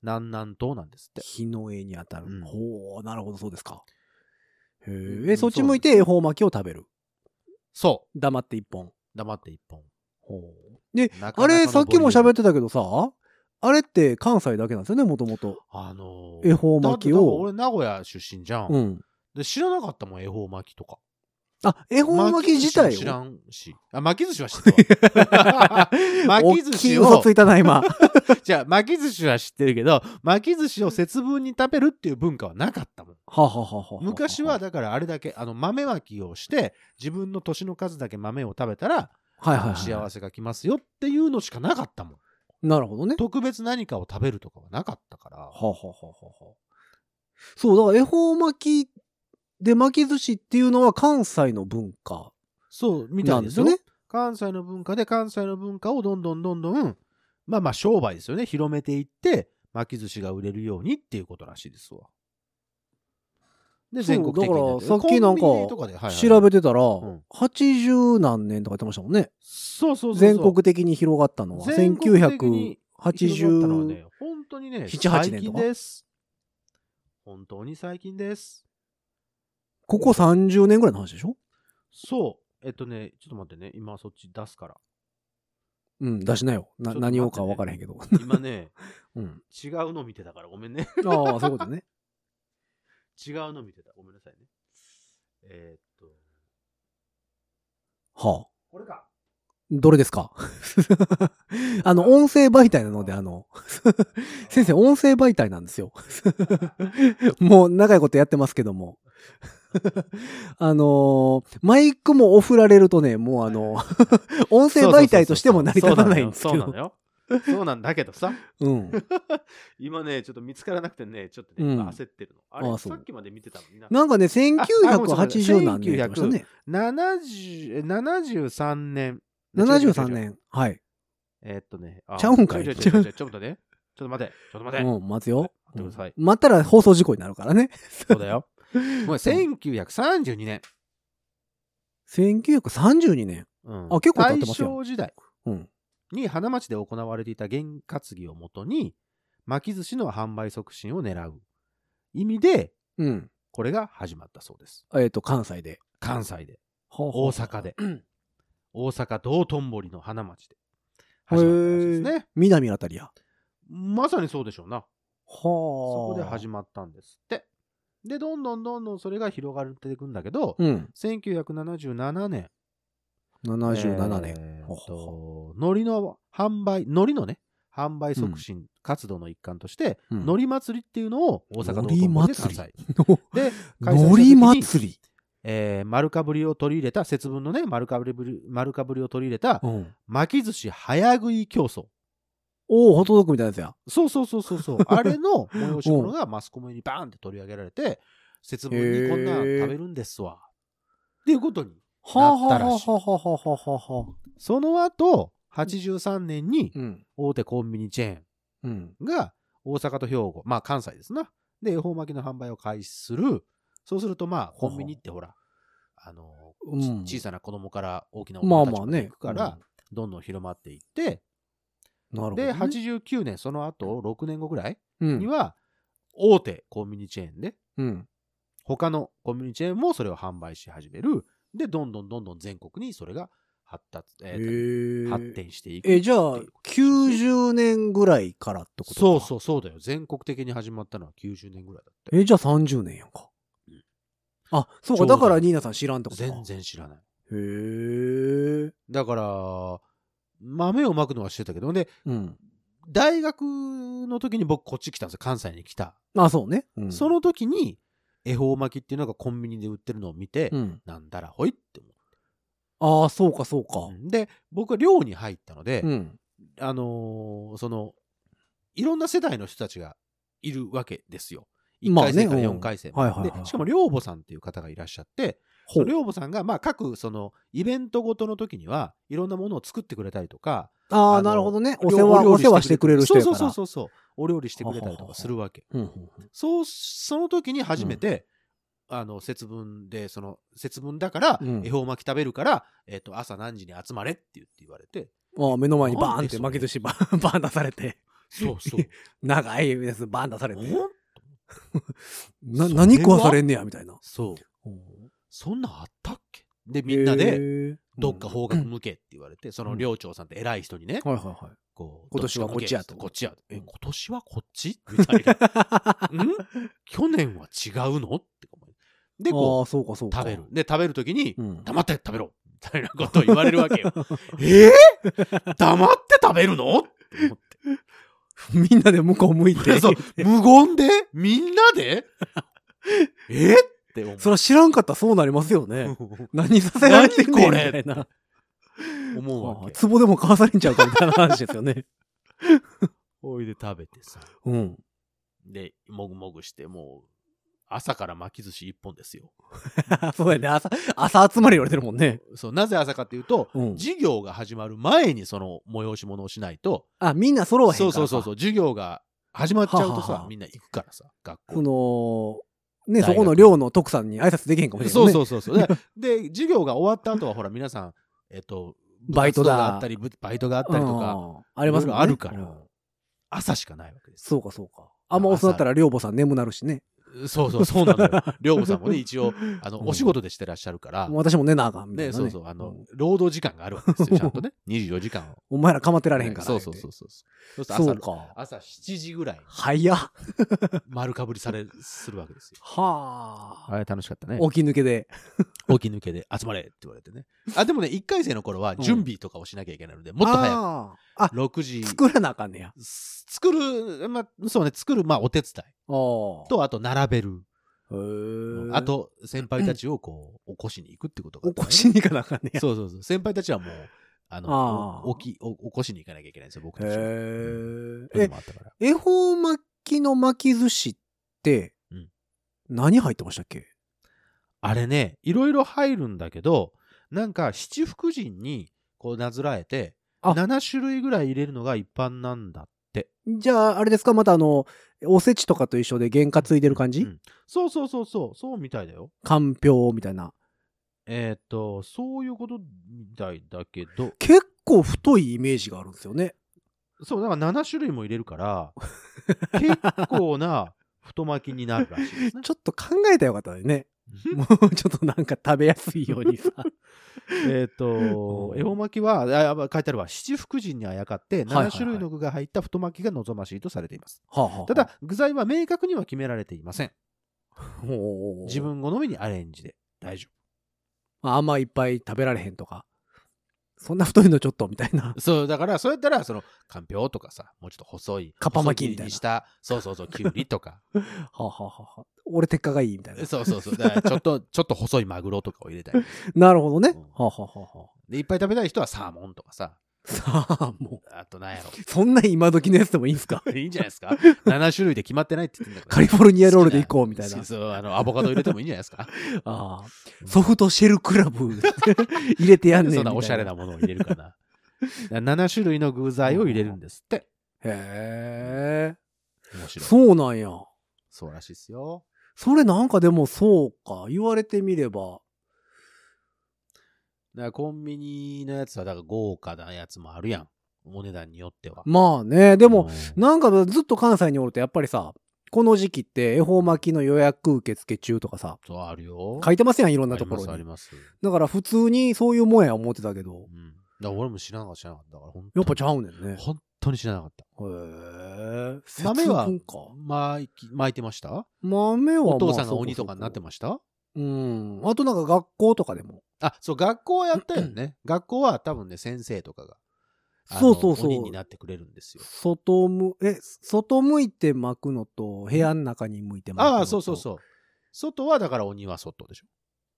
Speaker 3: 南南東なんですって。
Speaker 2: 日の絵に当たる。
Speaker 3: うん
Speaker 2: ほう、なるほど、そうですか。へ
Speaker 3: うん
Speaker 2: え、えそっち向いて恵方巻きを食べる。
Speaker 3: そ
Speaker 2: 黙って一本。
Speaker 3: う。黙って一本。
Speaker 2: ほう。で、
Speaker 3: なか
Speaker 2: あ
Speaker 3: なかの
Speaker 2: れ、さっきも
Speaker 3: ボリューム
Speaker 2: 喋ってたけどさ、あれって関西だけなんですよね、もともと。
Speaker 3: あのー
Speaker 2: 恵方巻きを
Speaker 3: だって多分俺、名古屋出身じゃん。
Speaker 2: うん。
Speaker 3: で知らなかったもん、恵方巻きとか。
Speaker 2: あ、恵方巻き自体
Speaker 3: 巻き寿司も知ら
Speaker 2: を。
Speaker 3: んし。あ、巻き寿司は知ってる
Speaker 2: *laughs*
Speaker 3: わ巻き
Speaker 2: 大
Speaker 3: 寿
Speaker 2: きい
Speaker 3: 司
Speaker 2: 嘘
Speaker 3: を
Speaker 2: つ、いたな、今。
Speaker 3: じゃあ巻き寿司は知ってるけど、巻き寿司を節分に食べるっていう文化はなかったもん。
Speaker 2: ははははは
Speaker 3: 昔は、だからあれだけ、あの、豆まきをして、自分の年の数だけ豆を食べたら、
Speaker 2: はいはい、
Speaker 3: 幸
Speaker 2: は
Speaker 3: せが来ますよっていうのしかなかったもん。
Speaker 2: い。なるほどね。
Speaker 3: 特別何かを食べるとかはなかったから。
Speaker 2: ははははは。そう、だから恵方巻きで巻き寿司っていうのは関西の文化
Speaker 3: そう、みた
Speaker 2: ないん
Speaker 3: で
Speaker 2: ですす
Speaker 3: よ
Speaker 2: よ
Speaker 3: ね
Speaker 2: ね。。
Speaker 3: 関西の文化で関西の文化をどんどんどんどん、まあまあ商売ですよね。広めていって、巻き寿司が売れるようにっていうことらしいですわ。で、
Speaker 2: そう
Speaker 3: 全国的になてる。
Speaker 2: だからさっきなんか
Speaker 3: コンビニとではいはい
Speaker 2: 調べてたら、
Speaker 3: ん
Speaker 2: 80何年とか言ってましたもんね。
Speaker 3: そうそうそうそう。
Speaker 2: 全国的に広がったのは。
Speaker 3: 全国的に広がったの
Speaker 2: 1980
Speaker 3: はね、本当に
Speaker 2: 7
Speaker 3: ね、
Speaker 2: 8
Speaker 3: 最
Speaker 2: 年
Speaker 3: 近
Speaker 2: とか
Speaker 3: です。本当に最近です。
Speaker 2: ここ30年ぐらいの話でしょ
Speaker 3: そう。えっとね、ちょっと待ってね。今そっち出すから。
Speaker 2: うん、出しなよ。な、
Speaker 3: ちょっと待ってね
Speaker 2: 何をか分からへんけど。
Speaker 3: 今ね、
Speaker 2: うん。
Speaker 3: *laughs* 違うの見てたからごめんね。 *laughs*
Speaker 2: ああ、そういうことね。
Speaker 3: 違うの見てた。ごめんなさいね。えーっと、
Speaker 2: はあ。
Speaker 3: これか。
Speaker 2: どれですか *laughs* あの、音声媒体なので、あの、先生、音声媒体なんですよ。 *laughs* もう長いことやってますけども。 *laughs* あのーマイクもオフられるとね、もうあ
Speaker 3: *laughs*
Speaker 2: の、音声媒体としても成り立たないんですけ
Speaker 3: そうなん
Speaker 2: ど
Speaker 3: だ。よ。そうなんだよそうなんだけどさ、
Speaker 2: うん。
Speaker 3: 今ね、ちょっと見つからなくてね、ちょっとね、
Speaker 2: うん
Speaker 3: 今焦ってるの。あれ
Speaker 2: ああそう
Speaker 3: さっきまで見てたのにな。
Speaker 2: なんかね、
Speaker 3: ああもうちょっと待って
Speaker 2: 1980何年って言ってましたね。
Speaker 3: 70え73年。
Speaker 2: 73。年。はい。
Speaker 3: えーっとね。あ
Speaker 2: ちゃうんかい
Speaker 3: ちょちょちょちょちょちょっと待って。ちょっと待って。ちょっと待って。
Speaker 2: うん、待つよ。う
Speaker 3: 待って
Speaker 2: ん
Speaker 3: ください
Speaker 2: 待ったら放送事故になるからね。
Speaker 3: そうだよ。もう1932年。
Speaker 2: 1932年。
Speaker 3: うん
Speaker 2: あ結構経ってますよ
Speaker 3: 大正時代
Speaker 2: うん。
Speaker 3: に花町で行われていた験担ぎをもとに、巻き寿司の販売促進を狙う意味で、
Speaker 2: うん。
Speaker 3: これが始まったそうです。
Speaker 2: えっ、と、関西で。
Speaker 3: 関西で、
Speaker 2: 大
Speaker 3: 大阪で、大阪道頓堀の花町で始まったらしいですね。
Speaker 2: 南あたりや。はあ。
Speaker 3: まさにそうでしょうな。
Speaker 2: そ
Speaker 3: そこで始まったんですって。で、どんどんどんどんそれが広がっていくんだけど、
Speaker 2: うん。
Speaker 3: 1977年、
Speaker 2: 77年。
Speaker 3: えー
Speaker 2: ほ
Speaker 3: っ
Speaker 2: ほ
Speaker 3: と海苔の販売、海苔のね、販売促進活動の一環として、
Speaker 2: うん
Speaker 3: 海苔祭りっていうのを大阪道頓 *laughs* 堀で
Speaker 2: *laughs*
Speaker 3: 開催。で、開催した
Speaker 2: の
Speaker 3: 時
Speaker 2: り
Speaker 3: に
Speaker 2: 祭り。
Speaker 3: えー丸かぶりを取り入れた、節分のね、丸かぶり、丸かぶりを取り入れた
Speaker 2: う、ん。
Speaker 3: 巻き寿司早食い競争。
Speaker 2: おお、ホットドッグみたいなやつや。
Speaker 3: そうそうそうそ
Speaker 2: *laughs*
Speaker 3: うそう。あれの催し物がマスコミにバーンって取り上げられて、節分にこんなん食べるんですわ。っていうことに。
Speaker 2: はあはあはあはあはあはあはあ。
Speaker 3: その後、83年に
Speaker 2: うん。
Speaker 3: 大手コンビニチェーン
Speaker 2: うん。
Speaker 3: が大阪と兵庫、まあ関西ですな。で、恵方巻きの販売を開始する。そうするとまあコンビニってほら、あの、
Speaker 2: うん
Speaker 3: ち小さな子供から大きな
Speaker 2: まあ
Speaker 3: 大人たち
Speaker 2: まあ
Speaker 3: まで
Speaker 2: ね
Speaker 3: 行く。か
Speaker 2: うん
Speaker 3: ら、どんどん広まっていって、
Speaker 2: なるほどね。
Speaker 3: で、89年、その後6年後ぐらいうに
Speaker 2: ん。
Speaker 3: は、大手コンビニチェーンで、
Speaker 2: うん。
Speaker 3: 他のコンビニチェーンもそれを販売し始める。で、どんどんどんどん全国にそれが発達、
Speaker 2: へ
Speaker 3: えー
Speaker 2: ー
Speaker 3: 発展していく。
Speaker 2: え、じゃあ、90年ぐらいからってことか
Speaker 3: そうそうそうだよ。全国的に始まったのは90年ぐらいだって。
Speaker 2: え、じゃあ30年やんか
Speaker 3: うん。
Speaker 2: あ、そう
Speaker 3: ち
Speaker 2: か。
Speaker 3: ょうど
Speaker 2: だからニーナさん知らんってことか。
Speaker 3: 全。然知らない。
Speaker 2: へえ。
Speaker 3: だから、豆をまくのはしてたけど、で、
Speaker 2: うん。
Speaker 3: 大学の時に僕こっち来たんですよ。関西に来た。
Speaker 2: あ、そうね。うん
Speaker 3: そ、の時に、恵方巻きっていうのがコンビニで売ってるのを見て、
Speaker 2: うん。
Speaker 3: なんだらほいって思
Speaker 2: ああ、そうか、そうか
Speaker 3: う。。で、僕は寮に入ったので、
Speaker 2: うん。
Speaker 3: あのーその、いろんな世代の人たちがいるわけですよ。1
Speaker 2: まあね
Speaker 3: 回戦から
Speaker 2: うん
Speaker 3: 4回戦
Speaker 2: はい
Speaker 3: ま
Speaker 2: はい
Speaker 3: で。
Speaker 2: はい
Speaker 3: でしかも、寮母さんっていう方がいらっしゃって、そ
Speaker 2: ほ
Speaker 3: の
Speaker 2: う。
Speaker 3: 寮母さんが、まあ、各、その、イベントごとの時には、いろんなものを作ってくれたりとか、
Speaker 2: あ
Speaker 3: あ
Speaker 2: あ、
Speaker 3: の
Speaker 2: なるほどね。お世話、
Speaker 3: 料
Speaker 2: お
Speaker 3: 理
Speaker 2: 世話してくれる人やから。
Speaker 3: そうそうそうそう。お料理してくれたりとかするわけ。
Speaker 2: うんうん
Speaker 3: そう、その時に初めて、あの、節分で、その、節分だから
Speaker 2: う、ん
Speaker 3: 恵方巻き食べるから、えっと、朝何時に集まれって言って言われて、
Speaker 2: うん。ああ、目の前にバーンっ
Speaker 3: なんで
Speaker 2: て
Speaker 3: それ
Speaker 2: 巻き寿司バーン、 *laughs* バーン出されて。
Speaker 3: そうそう。
Speaker 2: 長いやつバーン出されて。
Speaker 3: ほん
Speaker 2: な、
Speaker 3: それは
Speaker 2: 何食わされんねや、みたいな。
Speaker 3: そう。そんなんあったっけで、みんなで、
Speaker 2: で
Speaker 3: どっか方角向けって言われて、その寮長さんって偉い人にね、
Speaker 2: はいはいはい。
Speaker 3: こう、
Speaker 2: 今年はこっちやと
Speaker 3: どか向けこっちや。え、
Speaker 2: うん
Speaker 3: 今年はこっちみた
Speaker 2: *laughs*
Speaker 3: いな。ん去年は違うのって思う。で、
Speaker 2: あ
Speaker 3: こ
Speaker 2: あ、そうかそう
Speaker 3: う、
Speaker 2: か。
Speaker 3: 食べる。。で、食べるときに、
Speaker 2: うん。
Speaker 3: 黙って食べろみたいなことを言われるわけよ。えー、黙って食べるのって思っ
Speaker 2: *laughs* みんなで向こう向いて。*laughs*
Speaker 3: て。 *laughs* そう、無言でみんなでえって思う
Speaker 2: そりゃ知らんかったらそうなりますよね。何させられてんねんみたいな。
Speaker 3: 思うわ
Speaker 2: あ
Speaker 3: け。
Speaker 2: 壺でも買わされんちゃうかみたいな話ですよ
Speaker 3: *laughs*
Speaker 2: ね。
Speaker 3: おいで食べてさ。
Speaker 2: うん。
Speaker 3: で、もぐもぐして、もう、朝から巻き寿司一本ですよ。
Speaker 2: *laughs* そうやね。朝、朝集まり言われてるもんね。
Speaker 3: そう、なぜ朝かっていうと、
Speaker 2: うん。
Speaker 3: 授業が始まる前にその催し物をしないと、
Speaker 2: あ、みんな揃わへんか
Speaker 3: そ
Speaker 2: ら
Speaker 3: う
Speaker 2: か。
Speaker 3: そうそうそう、授業が始まっちゃうと
Speaker 2: はは
Speaker 3: さ
Speaker 2: は、
Speaker 3: みんな行くからさ、学校
Speaker 2: そ。の、ね、
Speaker 3: 大学
Speaker 2: そこの寮の徳さんに挨拶できへんかもしれない、
Speaker 3: そう
Speaker 2: ね。
Speaker 3: そうそ
Speaker 2: *laughs*
Speaker 3: うそう。で、で授業が終わった後は、ほら、皆さん、えっと、
Speaker 2: バイトだ
Speaker 3: 部活動があったり、ぶバイトがあったりとか、
Speaker 2: うん。ありますもんね
Speaker 3: いろいろあるから
Speaker 2: うん
Speaker 3: 朝しかないわけです。
Speaker 2: そうかそうか。あんま遅なったら寮母さん眠なるしね。
Speaker 3: そうそう、そうな
Speaker 2: *laughs*
Speaker 3: のよ。寮母さんもね、一応、あの、
Speaker 2: うん
Speaker 3: お仕事でしてらっしゃるから、
Speaker 2: もう私も寝なあかんみたい
Speaker 3: ね、
Speaker 2: な、ね。
Speaker 3: そうそう、あの
Speaker 2: ん、
Speaker 3: 労働時間があるわ
Speaker 2: *laughs*
Speaker 3: けですよ、ちゃんとね。24時間を。
Speaker 2: お前らかまってられへんから。
Speaker 3: そうそうそうう。そう。そうすると
Speaker 2: そう
Speaker 3: 朝
Speaker 2: か。
Speaker 3: 朝7時ぐらい、
Speaker 2: 早っ。
Speaker 3: 丸かぶりされ、するわけですよ。
Speaker 2: はあ。
Speaker 3: れ楽しかったね
Speaker 2: 起き抜けで。
Speaker 3: 起き抜けで集まれって言われてね。あ、でもね、1回生の頃は準備とかをしなきゃいけないので、もっと早
Speaker 2: あーあ
Speaker 3: く。、6時。
Speaker 2: 作らなあかんねや。
Speaker 3: す作る、まあ、そうね、作る、まあ、お手伝い
Speaker 2: ああ。
Speaker 3: と、あと、並べる。
Speaker 2: へえ。
Speaker 3: あ、と、先輩たちをこう、起こしに行くってことが
Speaker 2: 起
Speaker 3: あったね、
Speaker 2: こしに行かなあかんねや。
Speaker 3: そうそうそう。先輩たちはもう、あ
Speaker 2: あ
Speaker 3: の、
Speaker 2: ー
Speaker 3: お起き、お起こしに行かなきゃいけないんですよ、僕たち
Speaker 2: へ
Speaker 3: は。そういう
Speaker 2: え
Speaker 3: の。もあったから。
Speaker 2: え、恵方巻きの巻き寿司って
Speaker 3: うん、
Speaker 2: 何入ってましたっけ
Speaker 3: あれね、いろいろ入るんだけど、なんか、七福神に、こう、なぞらえて、
Speaker 2: あ
Speaker 3: 7種類ぐらい入れるのが一般なんだって。
Speaker 2: じゃあ、あれですかまたあの、おせちとかと一緒で原価ついてる感
Speaker 3: う
Speaker 2: じ
Speaker 3: んそうそうそうそう、そうみたいだよ。
Speaker 2: かんぴょうみたいな。
Speaker 3: えーっと、そういうことみたいだけど、
Speaker 2: 結構太いイメージがあるんですよね。
Speaker 3: そう、だから7種類も入れるから、結構な太巻きになるら *laughs* しいですね
Speaker 2: ち。ょっと考えたらよかったよね。もうちょっとなんか食べやすいように *laughs* さ。
Speaker 3: えっと
Speaker 2: う、ん
Speaker 3: 恵方巻きは、あやばい書いてあるわ、七福神にあやかって、
Speaker 2: はいはい
Speaker 3: 7種類の具が入った太巻きが望ましいとされています。
Speaker 2: はあはあ
Speaker 3: た、だ、具材は明確には決められていません。
Speaker 2: 自
Speaker 3: 自
Speaker 2: 分、
Speaker 3: 分好みにアレンジで大丈
Speaker 2: あんまいっぱい食べられへんとか。そんな太いのちょっとみたいな。
Speaker 3: そう、だから、そうやったら、その、かんぴょうとかさ、もうちょっと細い、
Speaker 2: かっぱ巻きみ
Speaker 3: 細切り
Speaker 2: たいな
Speaker 3: にした、そうそうそう、きゅうりとか。
Speaker 2: *laughs*
Speaker 3: *laughs*
Speaker 2: はあ、はあはあはあ、俺鉄火がいいみたいな。
Speaker 3: そうそうそう、だからちょっと、ちょっと細いマグロとかを入れ *laughs* たり。
Speaker 2: なるほどね。
Speaker 3: うん
Speaker 2: はあ、はあはあはあ、
Speaker 3: で、いっぱい食べたい人はサーモンとかさ、
Speaker 2: さあ、も
Speaker 3: あとなんやろ。
Speaker 2: う、そんな今時のやつでもいいんすか
Speaker 3: *laughs* いいんじゃないですか ?7 種類で決まってないって言ってんだから。
Speaker 2: カリフォルニアロールで行こうみたいな
Speaker 3: そう。そう、あの、アボカド入れてもいいんじゃないで
Speaker 2: *laughs*
Speaker 3: すか
Speaker 2: ああソフトシェルクラブ *laughs* 入れてやんねんみた
Speaker 3: そ
Speaker 2: い
Speaker 3: んなおしゃれなものを入れるかな。7種類の具材を入れるんですって。
Speaker 2: へえ。
Speaker 3: 面白い。そう
Speaker 2: そうなんや。
Speaker 3: らしいですよ。
Speaker 2: それなんかでもそうか。言われてみれば。
Speaker 3: だからコンビニのやつは、だから豪華なやつもあるやん。お値段によっては。
Speaker 2: まあね。でも、
Speaker 3: うん、
Speaker 2: なんかずっと関西におるとやっぱりさ、この時期って恵方巻きの予約受付中とかさ、
Speaker 3: そうあるよ。
Speaker 2: 書いてますやん、いろ
Speaker 3: こ
Speaker 2: んなところ
Speaker 3: あり
Speaker 2: に。
Speaker 3: ます。あります
Speaker 2: だから普通にそういうもんや思ってたけど
Speaker 3: う、ん。だから俺も知らなかった、知らなかった。だから本当
Speaker 2: や
Speaker 3: に
Speaker 2: っぱちゃうねんね。
Speaker 3: 本当に知らなかった。
Speaker 2: へえ。
Speaker 3: 豆は
Speaker 2: 節分か
Speaker 3: 巻き巻いてました
Speaker 2: 豆はまあ
Speaker 3: お父さんが鬼とかになってました
Speaker 2: す。うん。あとなんか学校とかでも。
Speaker 3: あ、そう、学校はやったよね。学校は多分ね、先生とかが。あの
Speaker 2: そうそうそう
Speaker 3: 鬼になってくれるんですよ。
Speaker 2: 外む、え、外向いて巻くのと、部屋の中に向いて巻くのと。
Speaker 3: ああ、そうそうそう。外はだから鬼は外でしょ。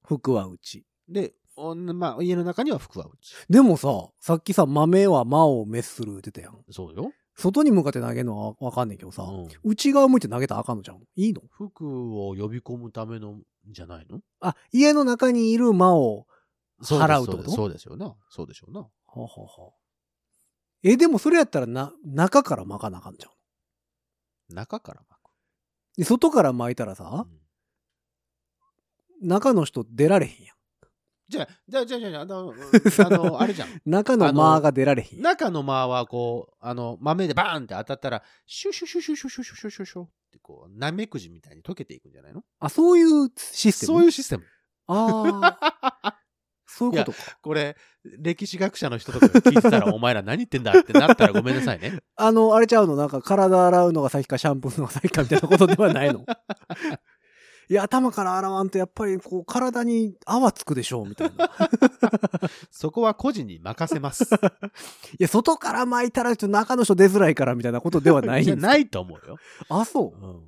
Speaker 2: 服はうち。
Speaker 3: で、おんまあ、家の中には服はうち。
Speaker 2: でもさ、さっきさ、豆は魔を滅する言ってたやん。
Speaker 3: そうよ。
Speaker 2: 外に向かって投げるのはわかんねんけどさ、
Speaker 3: うん
Speaker 2: 内側向いて投げたらあかんのじゃん。いいの
Speaker 3: 服を呼び込むためのじゃないの
Speaker 2: あ、家の中にいる魔を、払うってこと
Speaker 3: そですそうですよな。そうでしょうな。
Speaker 2: はははえ、でもそれやったらな、中から巻かなあかんじゃん。
Speaker 3: 中から巻
Speaker 2: で外から巻いたらさ
Speaker 3: く。う、ん
Speaker 2: 中の人出られへんやん。
Speaker 3: じゃあ、じゃあ、じゃあ、じゃあ、あ
Speaker 2: *laughs*
Speaker 3: の、あのあれじゃん。
Speaker 2: 中の間が出られへん。
Speaker 3: 中の間はこう、あの、豆でバーンって当たったら、シュシュシュシュシュシュシュシュシュシュってこう、なめくじみたいに溶けていくんじゃないの
Speaker 2: あ、そういうシステム
Speaker 3: そういうシステム。
Speaker 2: ああ。 *laughs* そういうことか。
Speaker 3: これ、歴史学者の人とかが聞いてたら、お前ら何言ってんだってなったらごめんなさいね。
Speaker 2: あの、あれちゃうのなんか体洗うのが先かシャンプーのが先かみたいなことではない *laughs* のいや、頭から洗わんとやっぱりこう体に泡つくでしょうみたいな。い
Speaker 3: そこは個人に任せます。
Speaker 2: や、外から巻いたらちょっと中の人出づらいからみたいなことではないん
Speaker 3: じ
Speaker 2: で
Speaker 3: ゃ
Speaker 2: す
Speaker 3: な。いと思うよ。
Speaker 2: あ、そう。
Speaker 3: うん。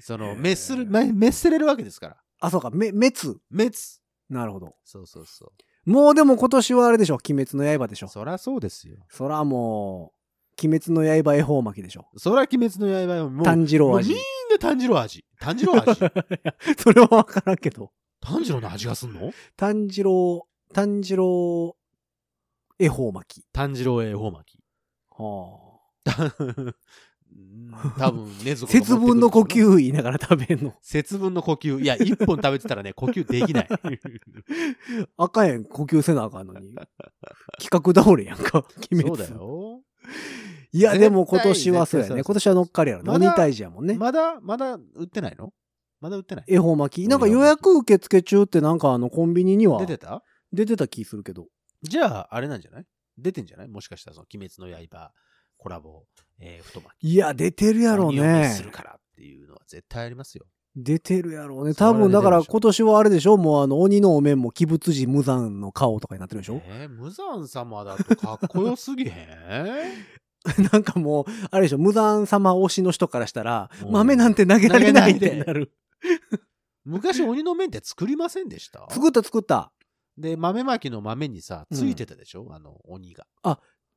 Speaker 3: そ
Speaker 2: へ
Speaker 3: の、
Speaker 2: ー
Speaker 3: 滅する、め滅せれるわけですから。
Speaker 2: あ、そうか。め、滅。
Speaker 3: 滅。
Speaker 2: なるほど。
Speaker 3: そうそうそ
Speaker 2: もうでも今年はあれでしょ。鬼滅の刃でし
Speaker 3: う。
Speaker 2: ょ。
Speaker 3: そらそうですよ。
Speaker 2: そらもう、鬼滅の刃恵方巻きでしょ。
Speaker 3: そら鬼滅の刃よもう、
Speaker 2: 炭治郎
Speaker 3: もうみん
Speaker 2: 味。
Speaker 3: な炭治郎味。炭治郎味。
Speaker 2: *laughs* それはわからんけど。
Speaker 3: 炭治郎の味がすんの
Speaker 2: 炭治郎、炭治郎恵方巻き。
Speaker 3: 炭治郎恵方巻き。
Speaker 2: は
Speaker 3: 多
Speaker 2: *laughs*
Speaker 3: 分ねずこが持ってくるんですよ
Speaker 2: 節分の呼吸言いながら食べん
Speaker 3: *laughs*
Speaker 2: の。
Speaker 3: 節分の呼吸いや一本食べてたらね呼吸できない
Speaker 2: *laughs* あかんやん、呼吸せなあかんのに。企画倒れやんか、鬼
Speaker 3: *laughs* そう
Speaker 2: 滅
Speaker 3: だよ
Speaker 2: いや、
Speaker 3: 絶
Speaker 2: で
Speaker 3: 対
Speaker 2: も今年はそうや
Speaker 3: 絶対そうそう
Speaker 2: ね。
Speaker 3: そう
Speaker 2: 今年は乗っかりやろ。
Speaker 3: ま
Speaker 2: 鬼
Speaker 3: だ
Speaker 2: 退治やもんね。
Speaker 3: まだまだ売ってないのまだ売ってない
Speaker 2: 恵方巻き。なんか予約受付中ってなんかあのコンビニには
Speaker 3: 出てた
Speaker 2: 出てた気するけど。
Speaker 3: じゃああれなんじゃない出てんじゃないもしかしたらその「鬼滅の刃」コラボ、えー、太巻き
Speaker 2: いや、出てるやろう
Speaker 3: 鬼を滅す
Speaker 2: ね
Speaker 3: る。からっていうのは絶対ありますよ
Speaker 2: 出てるやろうね。
Speaker 3: それは
Speaker 2: 多分だから
Speaker 3: 出てるでしょ
Speaker 2: 今年はあれでしょもうあの鬼のお面も鬼仏寺無惨の顔とかになってるでしょ、
Speaker 3: えー、無惨様だとかっこよすぎへ
Speaker 2: *laughs*
Speaker 3: ん
Speaker 2: なんかもう、あれでしょ、無惨様推しの人からしたら、
Speaker 3: うん
Speaker 2: 豆なんて投げられないってな
Speaker 3: 投げ
Speaker 2: る。
Speaker 3: 昔鬼の面って作りませんでした
Speaker 2: 作った作った。
Speaker 3: で豆巻きの豆にさ
Speaker 2: うん
Speaker 3: ついてたでしょ、あの鬼が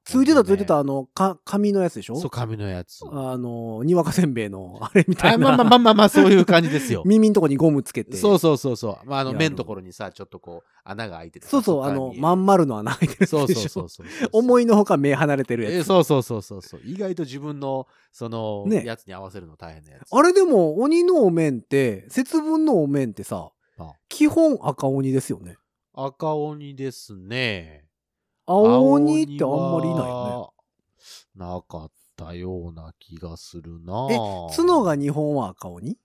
Speaker 2: ついてたついて
Speaker 3: ね
Speaker 2: た、あの、か、紙のやつでしょ
Speaker 3: そう、紙のやつ。あ
Speaker 2: あの、にわかせんべいの、あれみた
Speaker 3: まあ
Speaker 2: いな。。
Speaker 3: まあまあまあまあ、そういう感じですよ *laughs*
Speaker 2: 耳んとこにゴムつけて。
Speaker 3: そうそうそうそう。まあ、あの、
Speaker 2: いや
Speaker 3: 目のところにさ、ちょっとこう、穴が開いててさ
Speaker 2: そうそう
Speaker 3: こ
Speaker 2: あ
Speaker 3: から
Speaker 2: の、
Speaker 3: 見える
Speaker 2: まん丸の穴開いてるやつでし
Speaker 3: そ
Speaker 2: ょ。
Speaker 3: うそうそうそうそう。
Speaker 2: 思
Speaker 3: い
Speaker 2: いのほか目離れてるやつ。
Speaker 3: えそうそうそうそうそう。意外と自分の、その、
Speaker 2: ね
Speaker 3: やつに合わせるの大変なやつ。
Speaker 2: あれでも、鬼のお面って、節分のお面ってさ
Speaker 3: あ、
Speaker 2: 基本赤鬼ですよね。
Speaker 3: 赤鬼ですね。
Speaker 2: 青鬼ってあんまりいないよね。
Speaker 3: よね。なかったような気がするな
Speaker 2: え角が2本は赤鬼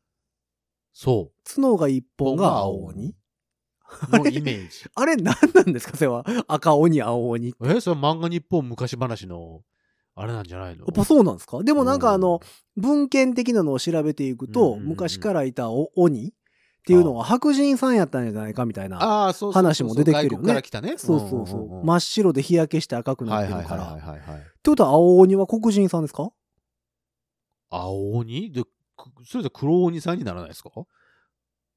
Speaker 3: そ
Speaker 2: 角が1本が青鬼
Speaker 3: う。のイメージ。 *laughs*
Speaker 2: あれ何なんですかそれは。赤鬼、青鬼って。
Speaker 3: え、それ漫画日本昔話の、あれなんじゃないの
Speaker 2: やっぱそうなんですかで
Speaker 3: で
Speaker 2: もなんかあの、、文献的なのを調べていく
Speaker 3: うん
Speaker 2: と、
Speaker 3: うんうん
Speaker 2: 昔からいたお鬼っっていうのは白人さんやったんじゃないかみたいな。
Speaker 3: ああ、そうそうそう
Speaker 2: 話
Speaker 3: そう
Speaker 2: も出てきてるよね
Speaker 3: 外国から来たね。
Speaker 2: そうそうそう,、
Speaker 3: んんん
Speaker 2: 真っ白で日焼けして赤くなっ
Speaker 3: は
Speaker 2: て
Speaker 3: い
Speaker 2: る
Speaker 3: はい
Speaker 2: か
Speaker 3: はい
Speaker 2: ら。
Speaker 3: はいはいはい。
Speaker 2: ってことは青鬼は黒人さんですか
Speaker 3: 青鬼で、くそれじゃ黒鬼さんにならないですか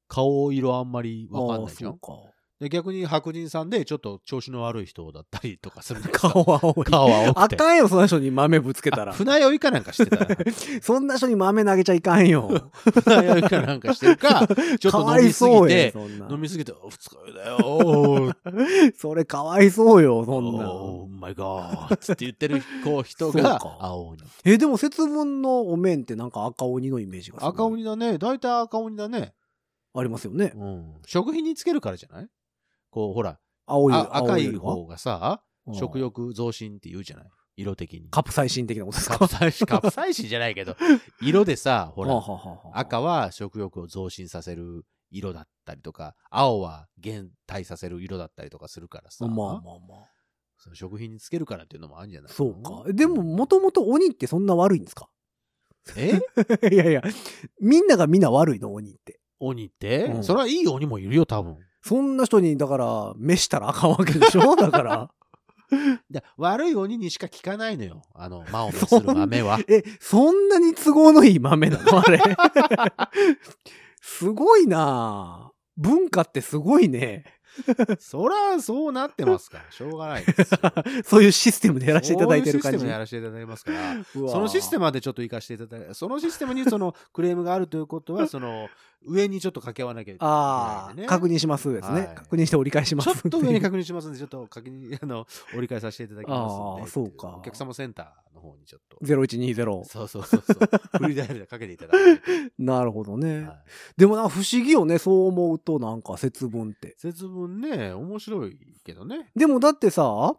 Speaker 3: 顔色あんまりわかんないじゃ
Speaker 2: あ
Speaker 3: ん
Speaker 2: あ。そ
Speaker 3: で逆に白人さんでちょっと調子の悪い人だったりとかするんで
Speaker 2: う
Speaker 3: す
Speaker 2: か。
Speaker 3: か
Speaker 2: 顔は青い。
Speaker 3: 顔は青
Speaker 2: あ
Speaker 3: くて。
Speaker 2: かんよ、その人に豆ぶつけた
Speaker 3: あ
Speaker 2: ら。
Speaker 3: 船酔いかなんかしてたら。
Speaker 2: そんな人に豆投げちゃいかんよ。
Speaker 3: 船酔いかなんかしてるか、 *laughs* ちょっ
Speaker 2: か
Speaker 3: と
Speaker 2: わ
Speaker 3: 飲み
Speaker 2: い
Speaker 3: す
Speaker 2: そ
Speaker 3: ぎ
Speaker 2: うやん
Speaker 3: て、
Speaker 2: そんな
Speaker 3: 飲みすぎて、お二日酔いだよー。
Speaker 2: それかわいそうよ、そんな。
Speaker 3: おーマイガーって言ってるこう人
Speaker 2: そう
Speaker 3: が
Speaker 2: か
Speaker 3: 青鬼。
Speaker 2: え、でも節分のお面ってなんか赤鬼のイメージがすごい
Speaker 3: 赤鬼だね。大体赤鬼だね。
Speaker 2: ありますよね。
Speaker 3: うん。食品につけるからじゃないこう、ほら、
Speaker 2: 青い、
Speaker 3: あ赤
Speaker 2: 青よ
Speaker 3: い
Speaker 2: りは
Speaker 3: 方がさ、
Speaker 2: うん
Speaker 3: 食欲増進って言うじゃない色的に。
Speaker 2: カプサイシン的なことです
Speaker 3: カ
Speaker 2: か
Speaker 3: プサイ *laughs* シン、カプサイシンじゃないけど、色でさ、ほら
Speaker 2: は、あはあはあはあ
Speaker 3: 赤は食欲を増進させる色だったりとか、青は減退させる色だったりとかするからさ、
Speaker 2: まあまあまあ。
Speaker 3: その食品につけるからっていうのもあるんじゃないの
Speaker 2: そうか。でも、もともと鬼ってそんな悪いんですか *laughs*
Speaker 3: え
Speaker 2: いやいや、みんながみんな悪いの、鬼って。
Speaker 3: 鬼って、
Speaker 2: うん
Speaker 3: それはいい鬼もいるよ、多分。
Speaker 2: そんな人に、だから、召したらあかんわけでし
Speaker 3: *laughs*
Speaker 2: ょだから。
Speaker 3: で悪い鬼にしか効かないのよ、あの、魔を滅する豆 *laughs* は。
Speaker 2: え、そんなに都合のいい豆なのあれ。 *laughs* すごいなあ文化ってすごいね。
Speaker 3: そら、そうなってますから、しょうがないで
Speaker 2: *laughs*
Speaker 3: すよ。
Speaker 2: そういうシステムでやらせていただいてる
Speaker 3: そう
Speaker 2: 感
Speaker 3: い
Speaker 2: じ。
Speaker 3: うシステムでやらせていただきますから、
Speaker 2: うわ
Speaker 3: そのシステムまでちょっと活かしていただいて、そのシステムにそのクレームがあるということ
Speaker 2: *laughs*
Speaker 3: は、その、上にちょっと掛け合わなきゃい
Speaker 2: あ
Speaker 3: けな
Speaker 2: あ、
Speaker 3: いんでね。
Speaker 2: 確認しますですね、
Speaker 3: はい
Speaker 2: 確認して折り返します
Speaker 3: ちょ
Speaker 2: んで。
Speaker 3: っと上に確認しますんで、ちょっと確認、あの、折り返させていただきますんで。
Speaker 2: あーそうか
Speaker 3: お客様センターの方にちょっ
Speaker 2: *laughs*
Speaker 3: と。 *laughs*
Speaker 2: 0120。
Speaker 3: そうそうそうそう。フリーダイヤルでかけていただ
Speaker 2: *laughs*
Speaker 3: いて。
Speaker 2: なるほどね、
Speaker 3: はい
Speaker 2: でもな、不思議よね。そう思うと、なんか節分って。
Speaker 3: 節分ね、面白いけどね。
Speaker 2: でもだってさ、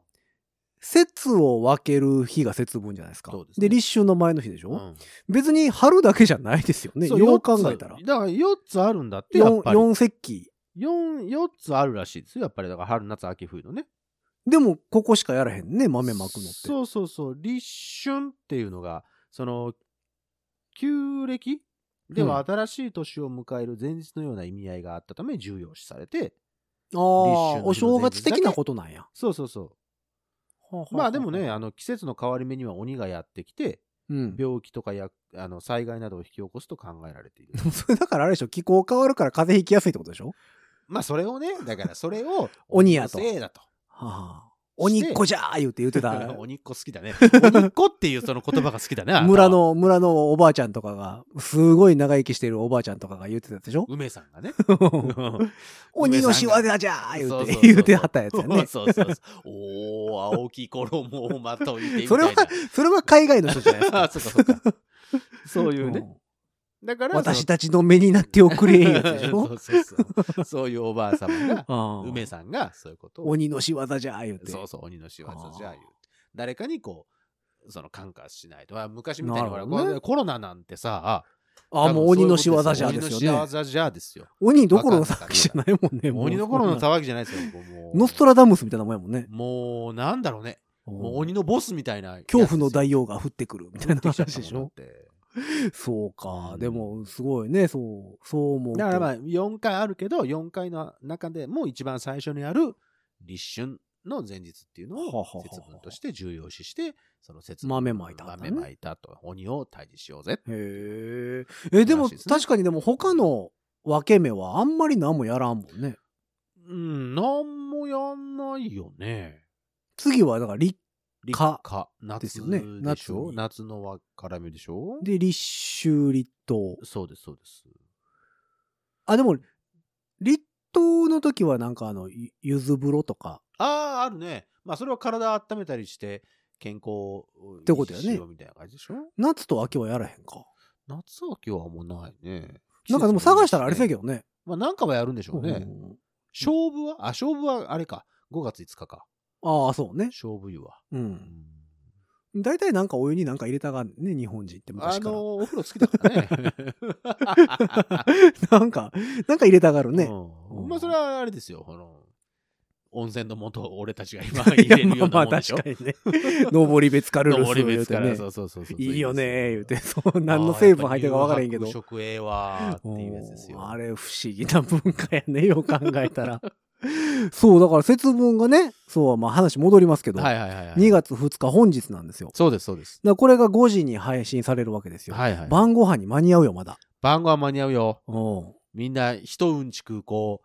Speaker 2: 節を分ける日が節分じゃないですか。
Speaker 3: そうです
Speaker 2: で
Speaker 3: ね
Speaker 2: 立春の前の日でしょ、
Speaker 3: うん
Speaker 2: 別に春だけじゃないですよね。
Speaker 3: そう
Speaker 2: よう
Speaker 3: 四
Speaker 2: 考
Speaker 3: つ
Speaker 2: えたら。
Speaker 3: だから4つあるんだって、やっ
Speaker 2: 4、
Speaker 3: ぱり。
Speaker 2: 四節気。
Speaker 3: 4、4つあるらしいですよ。やっぱり、だから春、夏、秋、冬のね。
Speaker 2: でも、ここしかやらへんね、豆まくのって。
Speaker 3: そうそうそう。立春っていうのが、その、旧暦では新しい年を迎える前日のような意味合いがあったため重要視されて、
Speaker 2: ああ
Speaker 3: 立春の日の前日だ、け
Speaker 2: お正月的なことなんや。
Speaker 3: そうそうそう。まあでもね、、あの季節の変わり目には鬼がやってきて、
Speaker 2: うん。
Speaker 3: 病気とかやあの災害などを引き起こすと考えられ
Speaker 2: *laughs*
Speaker 3: ている。
Speaker 2: それ *laughs* だからあれでしょ、気候変わるから風邪ひきやすいってことでしょ
Speaker 3: まあそれをね、だからそれを
Speaker 2: *laughs* 鬼やと
Speaker 3: のせいだと。
Speaker 2: はあ、鬼っ子じゃー言うて言って
Speaker 3: *laughs*
Speaker 2: た。
Speaker 3: 鬼っ子好きだね。鬼っ子っていうその言葉が好きだね。あなたは
Speaker 2: 村。の、村のおばあちゃんとかが、すごい長生きしてるおばあちゃんとかが言ってたでしょ
Speaker 3: 梅さ
Speaker 2: *laughs*
Speaker 3: んがね。 *laughs*
Speaker 2: 鬼の仕業じゃー言
Speaker 3: そ
Speaker 2: う
Speaker 3: うそう
Speaker 2: て、
Speaker 3: そう。
Speaker 2: 言うてはったやつやね
Speaker 3: *laughs* そうそうそう。おー、青き衣をまといてみたいな。
Speaker 2: それは、それは海外の人じゃないですか。
Speaker 3: あ *laughs* そうかそうか。そういうね。だから、
Speaker 2: 私たちの目になっておくれんやつでしょ
Speaker 3: そうそうそう。そういうおばあ様
Speaker 2: *laughs*
Speaker 3: が、
Speaker 2: ああ
Speaker 3: 梅さんがそういうことを。
Speaker 2: 鬼の仕業じゃー言うて。
Speaker 3: そうそう、鬼の仕業じ
Speaker 2: あ
Speaker 3: ゃ
Speaker 2: ー
Speaker 3: 言う。誰かにこう、その感化しないと。まあ昔みたいにほ
Speaker 2: なる
Speaker 3: ら、
Speaker 2: ほどね
Speaker 3: こうコロナなんてさ、
Speaker 2: ああ、
Speaker 3: 多分
Speaker 2: もう鬼の仕業じゃー
Speaker 3: そうい
Speaker 2: で
Speaker 3: うこと
Speaker 2: すよね
Speaker 3: 鬼。の仕業じゃですよ。
Speaker 2: 鬼どころの騒ぎじゃないもんね。もう
Speaker 3: 鬼の頃の騒ぎじゃないですよ。もう
Speaker 2: ノストラダムスみたいなもんやもんね。
Speaker 3: もう、なんだろうね。もう
Speaker 2: うん
Speaker 3: 鬼のボスみたいな。
Speaker 2: 恐怖の大王が降ってくるみたいな
Speaker 3: 降ってき
Speaker 2: 話
Speaker 3: ちゃ
Speaker 2: で
Speaker 3: っ
Speaker 2: した
Speaker 3: もん
Speaker 2: ょ
Speaker 3: だって
Speaker 2: そうか、
Speaker 3: うん
Speaker 2: でもすごいねそうそう思うと
Speaker 3: だからまあ、4回あるけど、4回の中でもう一番最初にある立春の前日っていうの
Speaker 2: はは
Speaker 3: を
Speaker 2: はは
Speaker 3: 節分として重要視して、その節分
Speaker 2: 豆まいたんだね
Speaker 3: 豆まいたと、鬼を退治しようぜって。
Speaker 2: へええでも
Speaker 3: 素晴らしいですね
Speaker 2: 確かにでも他の分け目はあんまり何もやらんもんね
Speaker 3: うん、なんもやんないよね。
Speaker 2: 次はだから立
Speaker 3: 立
Speaker 2: か
Speaker 3: 夏、夏
Speaker 2: ですよね
Speaker 3: でし
Speaker 2: 夏
Speaker 3: ょ
Speaker 2: に
Speaker 3: 夏のわからみでしょ
Speaker 2: で立秋立冬
Speaker 3: そうです、そうです。
Speaker 2: あでも立冬の時はなんかあのゆゆず風呂とか
Speaker 3: ああ、あるね。まあ、それは体温めたりして、健康を
Speaker 2: てことやね
Speaker 3: 維持しようみたいな感じでしょ
Speaker 2: 夏と秋はやらへんか
Speaker 3: 夏秋はもうないね。
Speaker 2: なんかでも探したらあれ
Speaker 3: だ
Speaker 2: だけどね
Speaker 3: まあ、なんかはやるんでしょうね。
Speaker 2: うん
Speaker 3: 勝負は、あ、勝負はあれか。5月5日か。
Speaker 2: ああそうね
Speaker 3: 勝負湯は。
Speaker 2: う
Speaker 3: うんん
Speaker 2: 大体なんかお湯になんか入れたがんね日本人って
Speaker 3: あ
Speaker 2: 昔から
Speaker 3: の、お風呂好きだからね。
Speaker 2: *laughs* なんか、なんか入れたがるね。
Speaker 3: うんまあ、それはあれですよ。この、温泉の元を俺たち
Speaker 2: *laughs*
Speaker 3: が今入れるようなもんでしょ。
Speaker 2: まあまあ *laughs* 確か
Speaker 3: *laughs*
Speaker 2: にね。登り別からル
Speaker 3: 登り別から、
Speaker 2: ね
Speaker 3: そうそうそうそう。
Speaker 2: いいよねー言うて、
Speaker 3: あ
Speaker 2: そう、
Speaker 3: ー。
Speaker 2: 何の成分入ってるか分からへんけど。
Speaker 3: やっぱ乳白色ええわーっていうやつです
Speaker 2: うん
Speaker 3: よ。
Speaker 2: あれ不思議な文化やね、よう考えたら。 *laughs* そう、だから節分がね、そう、まあ話戻りますけど、
Speaker 3: はいはいはいはい。
Speaker 2: 2月2日本日なんですよ。だか
Speaker 3: そうですそうです。
Speaker 2: らこれが5時に配信されるわけですよ。
Speaker 3: はいはい。
Speaker 2: 晩ご飯に間に合うよ、まだ。
Speaker 3: 晩ごは間に合うよ。
Speaker 2: うん
Speaker 3: みんな一うんちくこ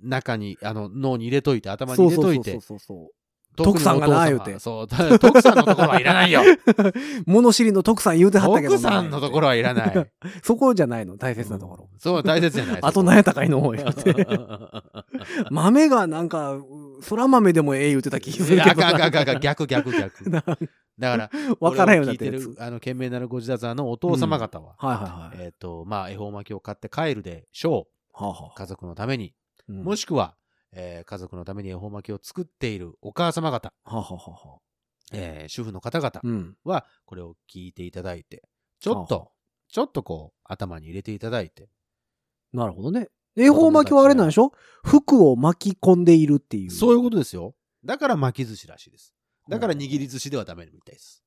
Speaker 3: う、中に、あの、脳に入れといて、頭に入れといて。
Speaker 2: そうそう
Speaker 3: 特にお
Speaker 2: 徳
Speaker 3: 父様
Speaker 2: さんがな言うて
Speaker 3: そう、だ徳さんのところはいらない
Speaker 2: *laughs*
Speaker 3: よ。
Speaker 2: そうそう。物知りの徳さん言うてはったけどな。
Speaker 3: 徳さんのところはいらない。
Speaker 2: そこじゃないの、大切なところ。
Speaker 3: そう、大切じゃない。
Speaker 2: あと何やったかいの方言うて。
Speaker 3: *laughs* い
Speaker 2: 豆がなんか、そら豆でもええ言うてた気する
Speaker 3: やあ
Speaker 2: けどな。
Speaker 3: かんあかんあかんあかん逆逆逆。だから、
Speaker 2: わからんようになって
Speaker 3: 俺を
Speaker 2: る
Speaker 3: 聞
Speaker 2: やつ。
Speaker 3: いてる、あの、懸命なるご自宅のお父様方は、
Speaker 2: はいはいはい。
Speaker 3: えっと、まあ、恵方巻きを買って帰るでしょ
Speaker 2: はあ
Speaker 3: う。
Speaker 2: はあ
Speaker 3: 家族のため
Speaker 2: う
Speaker 3: に。
Speaker 2: ん
Speaker 3: もしくは、えー家族のために恵方巻きを作っているお母様方、
Speaker 2: はあはあはあはあ
Speaker 3: えー主婦の方々
Speaker 2: うん。
Speaker 3: は、これを聞いていただいて、ちょっ
Speaker 2: はあは
Speaker 3: と、ちょっとこう、頭に入れていただいて、
Speaker 2: なるほどね。恵方巻きはあれなんでしょ服を巻き込んでいるっていう。。
Speaker 3: そういううことですよ。だから巻き寿司らしいです。だから握り寿司ではダメみたい
Speaker 2: *laughs*
Speaker 3: です。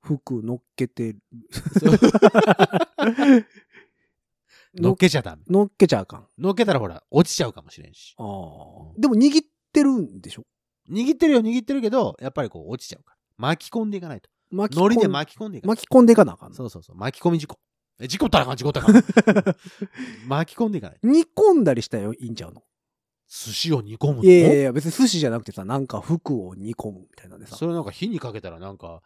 Speaker 2: 服乗っけてる。
Speaker 3: 乗っけちゃダメ。
Speaker 2: 乗っけちゃあかん。あ
Speaker 3: 乗っけたらほら、落ちちゃうかもしれんし。
Speaker 2: あ。でも握ってるんでしょ
Speaker 3: 握ってるよ、握ってるけど、やっぱりこう、落ちちゃうから。巻き込んでいかないと。
Speaker 2: 巻き込ん
Speaker 3: 海苔で巻き込んでいかない。
Speaker 2: 巻き込んでいかなあかんの。
Speaker 3: そうそうそう。巻き込み事故。え、事故ったらあかん、事故ったらあか
Speaker 2: *laughs*
Speaker 3: ん。巻き込んでいかない。
Speaker 2: 煮込んだりしたらいいんちゃうの
Speaker 3: 寿司を煮込むの
Speaker 2: いやいやいや、別に寿司じゃなくてさ、なんか服を煮込むみたいなんでさ
Speaker 3: そ。れなんか火にかけたらな
Speaker 2: *laughs*
Speaker 3: んか、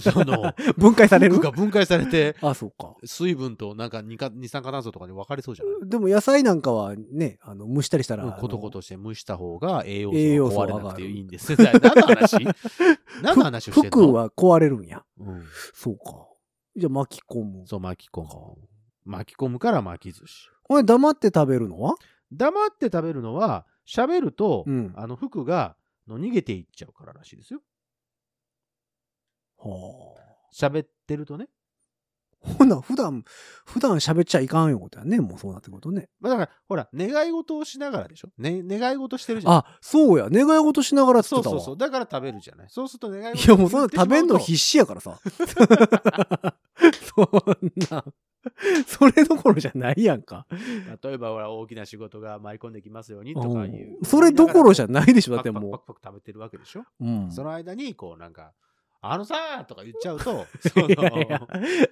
Speaker 3: その、
Speaker 2: 分解される
Speaker 3: 服が分解されて、
Speaker 2: あ、そうか。
Speaker 3: 水分となんか二か二酸化炭素とかに分かれそうじゃない
Speaker 2: でも野菜なんかはね、あの蒸したりしたら、あの
Speaker 3: コトコトして蒸した方が栄養
Speaker 2: 栄養素
Speaker 3: 素が
Speaker 2: が上
Speaker 3: 壊れ
Speaker 2: がる
Speaker 3: なくていいんです。何の話
Speaker 2: *laughs*
Speaker 3: 何の話をしてんの
Speaker 2: 服、は壊れるんや。
Speaker 3: うん
Speaker 2: そうか。じゃあ巻き込む。
Speaker 3: そう巻き込む。巻き込むから巻き寿司。
Speaker 2: お前黙って食べるのは
Speaker 3: 黙って食べるのは、喋ると、
Speaker 2: うん
Speaker 3: あの服がの逃げていっちゃうかららしいですよ。
Speaker 2: はあ。
Speaker 3: 喋ってるとね。
Speaker 2: ほな、普段、普段喋っちゃいかんよことやね。もうそうなってくるとね。
Speaker 3: まあ、だから、ほら、願い事をしながらでしょ。ね、願い事してるじゃん。
Speaker 2: あ、そうや。願い事しながらって
Speaker 3: そ
Speaker 2: 言
Speaker 3: う
Speaker 2: ってた
Speaker 3: そう
Speaker 2: わ。
Speaker 3: そう。だから食べるじゃない。そうすると願い
Speaker 2: い
Speaker 3: 事
Speaker 2: や、もうそんな食べんの必死やから
Speaker 3: *laughs*
Speaker 2: さ。そんな。それどころじゃないやんか。
Speaker 3: 例えば、ほら、大きな仕事が舞い込んできますようにと
Speaker 2: う
Speaker 3: かい
Speaker 2: ん
Speaker 3: う。
Speaker 2: それどころじゃ
Speaker 3: ない。
Speaker 2: ないでしょ。だ
Speaker 3: だ
Speaker 2: っ
Speaker 3: ってて
Speaker 2: も
Speaker 3: も
Speaker 2: う
Speaker 3: う。パ。クパクパク食べてるわけでしょ。
Speaker 2: うん
Speaker 3: その間に、こう、なんか、あのさーとか言っちゃう
Speaker 2: *laughs*
Speaker 3: と、そ *laughs* の
Speaker 2: いやいや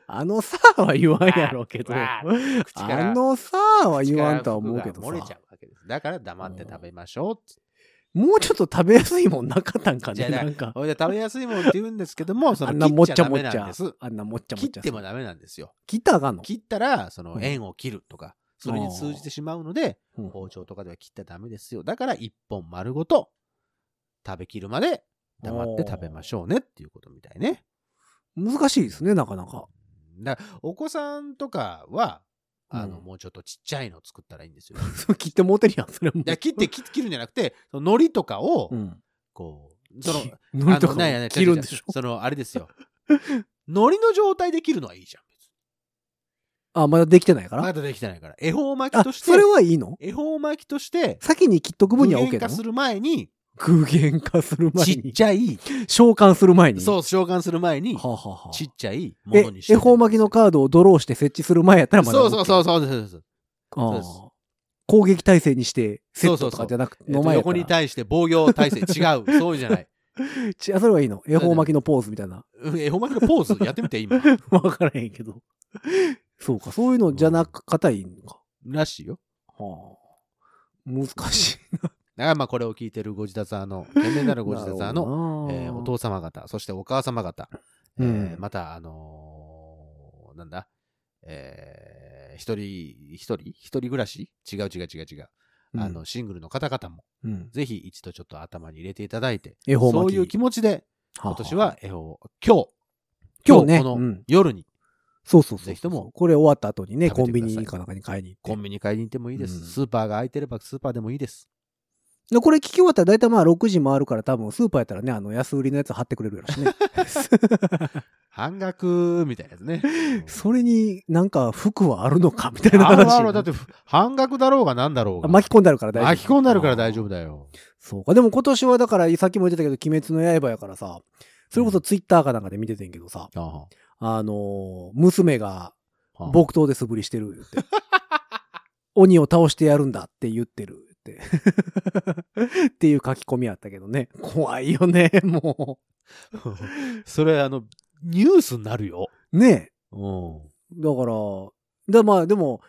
Speaker 2: あのさあは言わんやろうけど、
Speaker 3: わ
Speaker 2: あ
Speaker 3: ー口から
Speaker 2: のさあは言わんとは思うけど
Speaker 3: 口から服が漏れち
Speaker 2: さ
Speaker 3: ゃ、うわけです。だから黙って食べましょうっつって。
Speaker 2: もうちょっと食べやすいもんなかったんか
Speaker 3: じゃ
Speaker 2: ね、
Speaker 3: あだ
Speaker 2: なんか。
Speaker 3: ほいで食べやすいもんって言うんですけども、そ
Speaker 2: あんな
Speaker 3: の切
Speaker 2: も
Speaker 3: っ
Speaker 2: っ
Speaker 3: ち
Speaker 2: ちゃ
Speaker 3: ゃダ
Speaker 2: もっ
Speaker 3: メ
Speaker 2: ち
Speaker 3: なん
Speaker 2: ゃ
Speaker 3: です。。
Speaker 2: あんなもっちゃも
Speaker 3: 切
Speaker 2: っ
Speaker 3: っ
Speaker 2: ちゃ。
Speaker 3: てもダメなんですよ。
Speaker 2: 切ったらあかんの
Speaker 3: 切ったら、その
Speaker 2: うん
Speaker 3: 縁を切るとか、それに通じてしまうので、
Speaker 2: うん
Speaker 3: 包丁とかでは切ったらダメですよ。だから一本丸ごと食べきるまで黙って食べましょうねっていうことみたいね。
Speaker 2: 難しいですね、なかなか。 *laughs*
Speaker 3: だからお子さんとかは、あの、
Speaker 2: うん
Speaker 3: もうちょっとちっちゃいの作ったらいいんですよ。
Speaker 2: そう切ってもうてるやん、それも
Speaker 3: い。や切って切切るんじゃなくて、その海苔とかを、
Speaker 2: うん。
Speaker 3: こう、
Speaker 2: *laughs*
Speaker 3: その、
Speaker 2: の、海苔と
Speaker 3: あ
Speaker 2: か
Speaker 3: のなんやね
Speaker 2: も切るんでし
Speaker 3: 違う違う違
Speaker 2: ょ
Speaker 3: う。その、あれですよ。海苔の状態で切るのはいいじゃん。別に
Speaker 2: あ、まだできてないか
Speaker 3: ま
Speaker 2: ら。
Speaker 3: だできてないから。恵方巻き
Speaker 2: あ
Speaker 3: と、して
Speaker 2: そ、れはいいの
Speaker 3: 恵方巻きとして、
Speaker 2: 先に切っとく分には
Speaker 3: 具
Speaker 2: OK
Speaker 3: 現
Speaker 2: な
Speaker 3: 化す
Speaker 2: の
Speaker 3: る前に、
Speaker 2: 具現化する前
Speaker 3: ちっ
Speaker 2: に。
Speaker 3: ちゃい、
Speaker 2: 召喚する前に。
Speaker 3: *laughs* そう、召喚する前に
Speaker 2: は、あ、はあはあ
Speaker 3: ちっちゃいも
Speaker 2: え
Speaker 3: のにし、て。
Speaker 2: 恵方巻きのカードをドローして設置する前やったらまだ、。
Speaker 3: そうそうそううそうそうそう。そうです
Speaker 2: ああ攻撃体制にして、セットと
Speaker 3: そうそうそ
Speaker 2: か
Speaker 3: う
Speaker 2: じゃなくて、
Speaker 3: えっ
Speaker 2: の
Speaker 3: と
Speaker 2: 前やっ
Speaker 3: 横
Speaker 2: た
Speaker 3: に
Speaker 2: ら。
Speaker 3: 対して防御体制違う。そう
Speaker 2: *laughs*
Speaker 3: じゃない。
Speaker 2: ちあそれはいいの。恵方巻きのポーズみたいな。
Speaker 3: うん恵方巻きのポーズやってみて、今。
Speaker 2: わからへんけど。 *laughs* そうか、そういうのじゃなく、硬いのか。
Speaker 3: らしいよ。
Speaker 2: はあ、難しい。
Speaker 3: だからまあこれを聞いてるご自宅の、天然なるご自宅の、
Speaker 2: の
Speaker 3: えーお父様方、そしてお母様方、えー
Speaker 2: うん
Speaker 3: また、あのーなんだ、えー一人、一人一人暮らし違う違う違う違う。あの、、シングルの方々も、
Speaker 2: うん、
Speaker 3: ぜひ一度ちょっと頭に入れていただいて、
Speaker 2: 恵方
Speaker 3: そ
Speaker 2: 巻
Speaker 3: う
Speaker 2: き。
Speaker 3: いう気持ちで、
Speaker 2: はあは
Speaker 3: 今
Speaker 2: あ
Speaker 3: 年は、えーお今日、
Speaker 2: 今日ね
Speaker 3: こ
Speaker 2: う
Speaker 3: の
Speaker 2: ん
Speaker 3: 夜に、
Speaker 2: そうそうそうそう。
Speaker 3: ぜひとも
Speaker 2: これ終わった後にね、コ
Speaker 3: 食
Speaker 2: ン
Speaker 3: べて
Speaker 2: ビ
Speaker 3: ください
Speaker 2: ニかなんかに買いに行って。
Speaker 3: コンビニ買いに行ってもいいです。
Speaker 2: うん
Speaker 3: スーパーが空いてればスーパーでもいいです。
Speaker 2: でこれ聞き終わったら大体まあ6時回るから多分スーパーやったらね、あの安売りのやつ貼ってくれるやろしね。
Speaker 3: 半額みたいなやつね。うん
Speaker 2: *laughs* それになんか服はあるのかみたいな
Speaker 3: ある
Speaker 2: 話。
Speaker 3: あるだって半額だろうがなんだろう
Speaker 2: あ
Speaker 3: が。
Speaker 2: 巻き込んであるから大丈夫。
Speaker 3: 巻き込んであるから大丈夫だよ。
Speaker 2: そうか。でも今年はだから、さっきも言ってたけど、鬼滅の刃やからさ、それこそツイッターかなんかで見ててんけどさ、
Speaker 3: あ
Speaker 2: あのー娘が
Speaker 3: ああ
Speaker 2: 木刀で素振りしてるって。鬼を倒してやるんだって言ってるって。って *laughs* いう書き込みあったけどね。怖いよね、も
Speaker 3: *laughs* それ、あの、ニュースになるよ。
Speaker 2: う。ね
Speaker 3: うん。
Speaker 2: え。だから、だまあでも、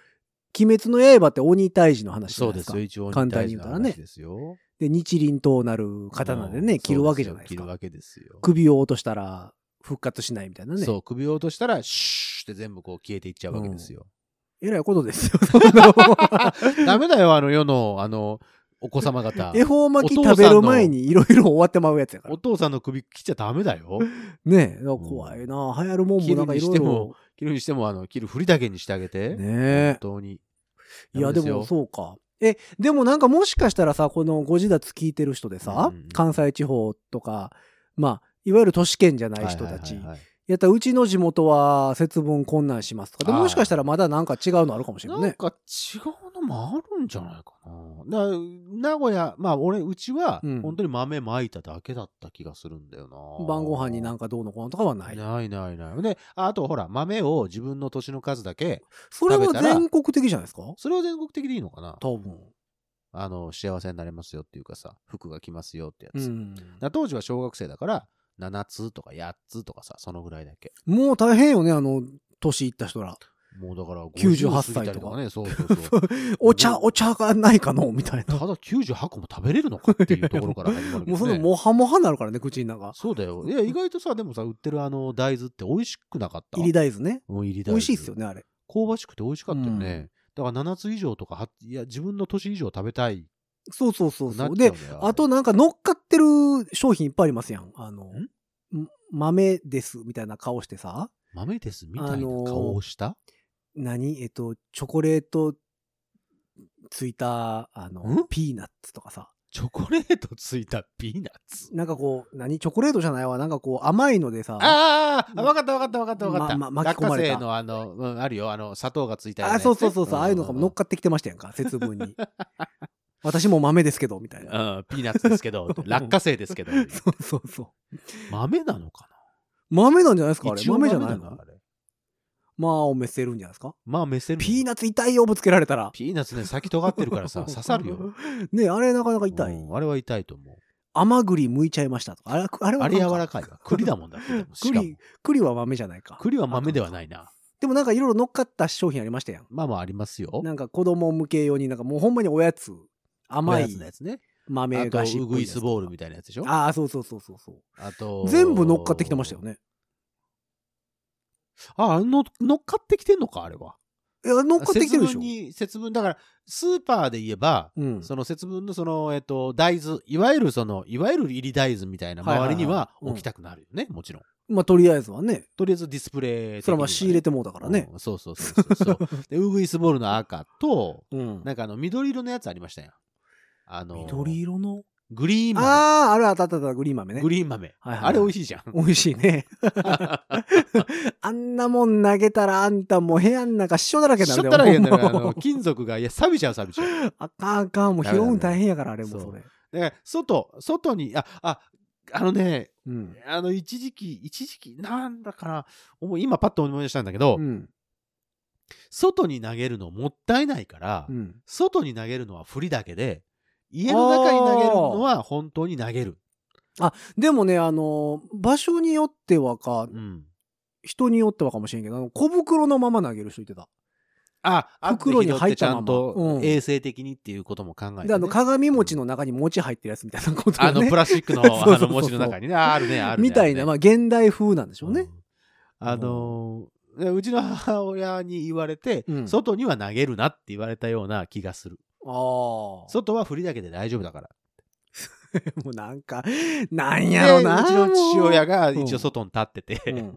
Speaker 2: 鬼滅の刃って鬼退治の話じゃ
Speaker 3: そ
Speaker 2: な
Speaker 3: う
Speaker 2: いで
Speaker 3: ですす
Speaker 2: か。
Speaker 3: よ、一応。
Speaker 2: 簡単に言うたらね
Speaker 3: 大事な話ですよ。
Speaker 2: で日輪刀なる刀でね、
Speaker 3: うん
Speaker 2: 切るわけじゃないです
Speaker 3: そうよ切る
Speaker 2: か。
Speaker 3: わけですよ。
Speaker 2: 首を落としたら復活しないみたいなね。
Speaker 3: そう、首を落としたら、シューって全部こう消えていっちゃうわけですよ。
Speaker 2: えらいことです
Speaker 3: *laughs*
Speaker 2: よ、そんなの
Speaker 3: ダメだよ、あの世の、あの、お子様 *laughs* 方
Speaker 2: 恵。方巻き食べる前にいろいろ終わってまうやつやから
Speaker 3: お。父さんの首切っちゃダメだよ。
Speaker 2: ねえ、だから怖いな、流行るもんもなんかいろい
Speaker 3: 切るにしても
Speaker 2: ろ。
Speaker 3: 切るにしても、あの、切るふりだけにしてあげて。
Speaker 2: ね
Speaker 3: 本当に。
Speaker 2: え。いや、
Speaker 3: ダメ
Speaker 2: です
Speaker 3: よ
Speaker 2: もそうか。え、でもなんかもしかしたらさ、このご自立聞いてる人でさ、
Speaker 3: うんうん
Speaker 2: 関西地方とか、まあ、いわゆる都市圏じゃない人たち、
Speaker 3: はいはいはいはい
Speaker 2: やったらうちの地元は節分困難しますとかで、
Speaker 3: あー
Speaker 2: もしかしたらまだなんか違うのあるかもしれない
Speaker 3: なん
Speaker 2: ね。
Speaker 3: か違うのもあるんじゃないかな。だ名古屋、まあ俺、うちは
Speaker 2: うん、
Speaker 3: 本当に豆まいただけだった気がするんだよな。
Speaker 2: 晩ご飯になんかどうのこうのとかはない。
Speaker 3: ないないない。で、ああとほら、豆を自分の年の数だけ、
Speaker 2: それは
Speaker 3: 食べたら
Speaker 2: 全国的じゃないですか
Speaker 3: それは全国的でいいのかな
Speaker 2: 多分。
Speaker 3: あの、幸せになれますよっていうかさ、服が来ますよってや
Speaker 2: う
Speaker 3: つ。
Speaker 2: ん。
Speaker 3: だ当時は小学生だから、7つとか8つとかさ、そのぐらいだけ。
Speaker 2: もう大変よね、あの、年いった人ら。
Speaker 3: もうだから、
Speaker 2: 98
Speaker 3: 50過ぎたりね、そうそうそう。
Speaker 2: *laughs* お茶、お茶がないかのみたい
Speaker 3: た
Speaker 2: な。
Speaker 3: だ98個も食べれるのかっていうところから始まるけど、ね。
Speaker 2: *laughs* もうそのモハモハになるからね、口の中。
Speaker 3: そうだよ。いや、意外とさ、でもさ、売ってるあの、大豆って美味しくなかった。
Speaker 2: 入り大豆ね。
Speaker 3: うん入り大
Speaker 2: 美
Speaker 3: 豆。
Speaker 2: 味しいっすよ。ね、あれ。
Speaker 3: 香ばしくて美味しかったよね。だから7つ以上とか、はっいや、自分の年以上食べたい。
Speaker 2: そうそうそう
Speaker 3: な
Speaker 2: そ
Speaker 3: っ
Speaker 2: う。
Speaker 3: ち
Speaker 2: で
Speaker 3: ゃうん、だよ
Speaker 2: あと、なんか乗っかってる商品いっぱいありますやん。あの、
Speaker 3: ん
Speaker 2: ん豆ですみたいな顔してさ、
Speaker 3: 豆ですみたいな
Speaker 2: あのー
Speaker 3: 顔をした、
Speaker 2: 何えっと、チョコレートついた、あの
Speaker 3: ん、
Speaker 2: ピーナッツとかさ、
Speaker 3: チョコレートついたピーナッツ。
Speaker 2: なんかこう、何チョコレートじゃないわ、なんかこう甘いのでさ、
Speaker 3: あーあ、わかったわかったわかったわかった。
Speaker 2: まま巻き込まれた
Speaker 3: 落花生のあの、うん、あるよ、あの、砂糖がついた
Speaker 2: あ、そうそうそうそう、ああいうの
Speaker 3: か
Speaker 2: が乗っかってきてましたやんか、節分
Speaker 3: *laughs*
Speaker 2: に。私も豆ですけど、みたいな。
Speaker 3: うん、ピーナッツですけど、落花生ですけど。
Speaker 2: *laughs* そうそうそう。
Speaker 3: 豆なのか
Speaker 2: 豆なんじゃないですか
Speaker 3: な
Speaker 2: あれ。
Speaker 3: 一応
Speaker 2: 豆じゃない
Speaker 3: 豆
Speaker 2: の
Speaker 3: あれ
Speaker 2: まあ、おめせるんじゃないですか
Speaker 3: まあ、目線。
Speaker 2: ピーナッツ痛いよ、ぶつけられたら。
Speaker 3: ピーナッツね、先尖ってるか
Speaker 2: *laughs*
Speaker 3: らさ、刺さるよ。。
Speaker 2: ねあれなかなか痛
Speaker 3: う
Speaker 2: い。
Speaker 3: んあれは痛いと思う。
Speaker 2: 甘栗剥いちゃいましたとか。あれ、あれは
Speaker 3: あ
Speaker 2: あ
Speaker 3: れ
Speaker 2: かん
Speaker 3: 柔らかいわ。栗だもん
Speaker 2: *laughs*
Speaker 3: だって。でもしかも
Speaker 2: 栗、栗は豆じゃないか。
Speaker 3: 栗は豆ではないな。
Speaker 2: でもなんかいろいろ乗っかった商品ありましたやん。
Speaker 3: まあまあありますよ。
Speaker 2: なんか子供向け用になんかもうほんまにおやつ、甘
Speaker 3: おや
Speaker 2: い
Speaker 3: つのやつね。
Speaker 2: 豆
Speaker 3: あ
Speaker 2: 菓
Speaker 3: と、
Speaker 2: 子っ
Speaker 3: ウ
Speaker 2: ぽ
Speaker 3: グ
Speaker 2: い
Speaker 3: イ
Speaker 2: やつ
Speaker 3: スボールみたいなやつでしょ
Speaker 2: ああ、そうそうそうそうそ
Speaker 3: あと
Speaker 2: う。、全部乗っかってきてましたよ。ね。
Speaker 3: あ、あの、乗っかってきてんのか、あれは。
Speaker 2: いや、乗っかってきてるでし
Speaker 3: 節
Speaker 2: ょ
Speaker 3: 分。に、節分、だから、スーパーで言えば、
Speaker 2: うん。
Speaker 3: その節分のその、えっと、大豆、いわゆるその、いわゆる入り大豆みたいな
Speaker 2: はいはいは
Speaker 3: 周
Speaker 2: い
Speaker 3: りには
Speaker 2: うん
Speaker 3: 置きたくなるよね、もちろん。
Speaker 2: まあ、とりあえずはね。
Speaker 3: とりあえずディスプレイ的にはね。
Speaker 2: それはまあ仕入れてもうだからね。
Speaker 3: うん。そうそうそうそう *laughs* そう。で、ウグイスボールの赤と、
Speaker 2: うん。
Speaker 3: なんかあの、緑色のやつありましたよ。あの、
Speaker 2: 緑色の
Speaker 3: グリーン豆。
Speaker 2: ああ、あれあったあったあった、グリーン豆ね
Speaker 3: グ。リーン豆。
Speaker 2: はいはい
Speaker 3: あれ美味しいじゃん。
Speaker 2: 美味しいね。あんなもん投げたらあんたもう部屋ん中塩だらけにな
Speaker 3: しょ
Speaker 2: る
Speaker 3: ったらいいんだよ。あ
Speaker 2: ほんま
Speaker 3: の金属が、いや、錆びちゃう、錆びちゃう。
Speaker 2: あかんあかん、もう拾うん大変やから、あれも
Speaker 3: そ
Speaker 2: そうれ。
Speaker 3: だから、外、外に、あ、あ、あのね、
Speaker 2: うん。
Speaker 3: あの、一時期、一時期、なんだかな、思い今パッと思い出したんだけど、
Speaker 2: うん。
Speaker 3: 外に投げるのもったいないから、
Speaker 2: うん。
Speaker 3: 外に投げるのは振りだけで、家の中に投げるのは本当に投げる。
Speaker 2: でもね、あの、場所によってはか
Speaker 3: う、ん。
Speaker 2: 人によってはかもしれんけど、あの小袋のまま投げる人いてた。
Speaker 3: あ、
Speaker 2: 袋に入った
Speaker 3: ちゃ
Speaker 2: まま
Speaker 3: んと
Speaker 2: うん
Speaker 3: 衛生的にっていうことも考え
Speaker 2: で、
Speaker 3: て、ね。
Speaker 2: あの、鏡餅の中に餅入ってるやつみたいなこと
Speaker 3: あ
Speaker 2: が
Speaker 3: の、
Speaker 2: ね
Speaker 3: プ。ラスチック
Speaker 2: *laughs*
Speaker 3: の、
Speaker 2: そうそうそう
Speaker 3: あの、文字の中にね、ああるね、あるね。
Speaker 2: みたいな、まあ、
Speaker 3: あ
Speaker 2: 現代風なんでしょ
Speaker 3: る
Speaker 2: う
Speaker 3: ね
Speaker 2: ね。。
Speaker 3: うんあのー、うちの母親に言われて、
Speaker 2: うん
Speaker 3: 外には投げるなって言われたような気がする。
Speaker 2: ああ。
Speaker 3: 外は振りだけで大丈夫だから。
Speaker 2: *laughs* もうなんか、なんやろな。
Speaker 3: でうちの父親が
Speaker 2: うん
Speaker 3: 一応外に立ってて、
Speaker 2: *laughs* うん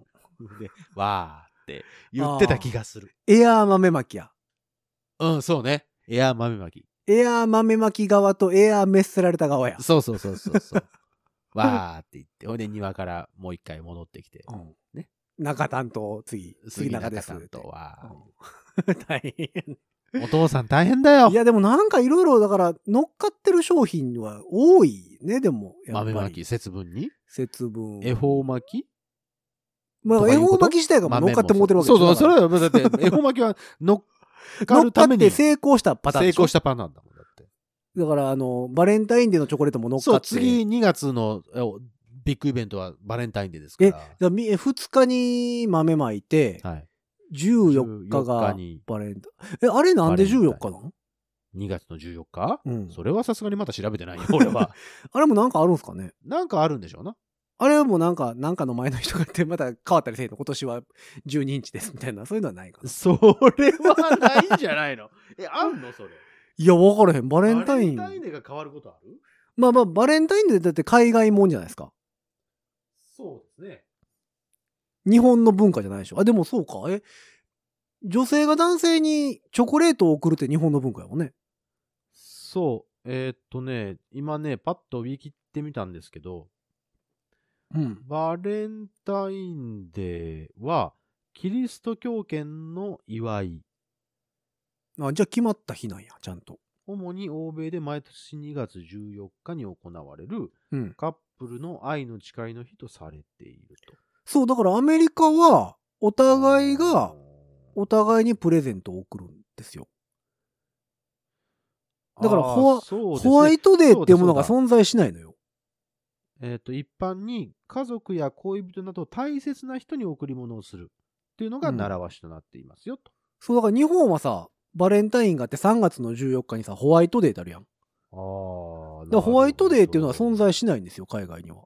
Speaker 3: で、わーって言ってた気がする。
Speaker 2: エアー豆巻きや。
Speaker 3: うん、そうね。エアー豆まき。
Speaker 2: エアー豆巻き側とエアーメスせられた側や。
Speaker 3: そうそう *laughs* そうそうそう。わーって言って、ほんで庭からもう一回戻ってきて、
Speaker 2: うん
Speaker 3: ね。
Speaker 2: 中担当、次。次中です。
Speaker 3: 担当は。
Speaker 2: *laughs* 大変。
Speaker 3: お父さん大変だよ
Speaker 2: い。や、でもなんかいろいろ、だから、乗っかってる商品は多いね、でも。やっ
Speaker 3: 豆
Speaker 2: ぱ
Speaker 3: ま
Speaker 2: り
Speaker 3: き、。節分に
Speaker 2: 節分。
Speaker 3: 恵方巻き
Speaker 2: ま
Speaker 3: と
Speaker 2: あ、
Speaker 3: か
Speaker 2: 恵
Speaker 3: いうこと
Speaker 2: 方巻き自体がもう乗っかってもうてるわけ
Speaker 3: そうそう、
Speaker 2: だか
Speaker 3: そ
Speaker 2: ら
Speaker 3: れは、だ
Speaker 2: *laughs*
Speaker 3: って、恵方巻きは乗っか
Speaker 2: 乗っか
Speaker 3: るた
Speaker 2: っ
Speaker 3: めに
Speaker 2: て
Speaker 3: 成
Speaker 2: 成功したパターンでしょ。
Speaker 3: 功したパンなんだもん、だって。
Speaker 2: だから、あの、バレンタインデーのチョコレートも乗っ
Speaker 3: そ
Speaker 2: かっ
Speaker 3: う、
Speaker 2: て。
Speaker 3: 次2月のえおビッグイベントはバレンタインデーですから。
Speaker 2: だからみ2日に豆まいて、
Speaker 3: はい。
Speaker 2: 14日
Speaker 3: 14
Speaker 2: が
Speaker 3: 日に
Speaker 2: バレンタイン。え、あれなんで
Speaker 3: バレンタイン
Speaker 2: 14日なん
Speaker 3: 2月の14日
Speaker 2: うん。
Speaker 3: それはさすがにまだ調べて *laughs* ないよ、俺は。
Speaker 2: あれもなんかあるんすかね
Speaker 3: なんかあるんでしょう *laughs* な。
Speaker 2: あれはもうなんか、なんかの前の人がってまた変わったりせんの今年は12日ですみたいな、そういうのはないかな。
Speaker 3: それはないんじゃないのえ、あんのそれ。
Speaker 2: いや、わからへん。バレンタイン。
Speaker 3: バデーが変わることある
Speaker 2: まあまあ、バレンタインデーだって海外もんじゃないですか。
Speaker 3: そうですね。
Speaker 2: 日本の文化じゃないでしょ。あ、でもそうか。え、女性が男性にチョコレートを送るって日本の文化やもんね。
Speaker 3: そう。えーっとね、今ね、パッとウィキってみたんですけど、
Speaker 2: うん。
Speaker 3: バレンタインデーは、キリスト教圏の祝い。
Speaker 2: あ、じゃあ決まった日なんや、ちゃんと。
Speaker 3: 主に欧米で毎年2月14日に行われる
Speaker 2: うん。
Speaker 3: カップルの愛の誓いの日とされていると。
Speaker 2: そう、だからアメリカは、お
Speaker 3: お
Speaker 2: 互いが、お互いにプレゼントを送るんですよ。だからホワホワイトデーっていうものが
Speaker 3: そう
Speaker 2: 存在しないのよ。
Speaker 3: えっ、と、一般に家族や恋人など大切な人に贈り物をするっていうのが
Speaker 2: うん
Speaker 3: 習わしとなっていますよと。
Speaker 2: そう、だから日本はさ、バレンタインがあって3月の14日にさ、ホワイトデーってあるやん。だ
Speaker 3: ああ。
Speaker 2: からホワイトデーっていうのは存在しないんですよ、海外には。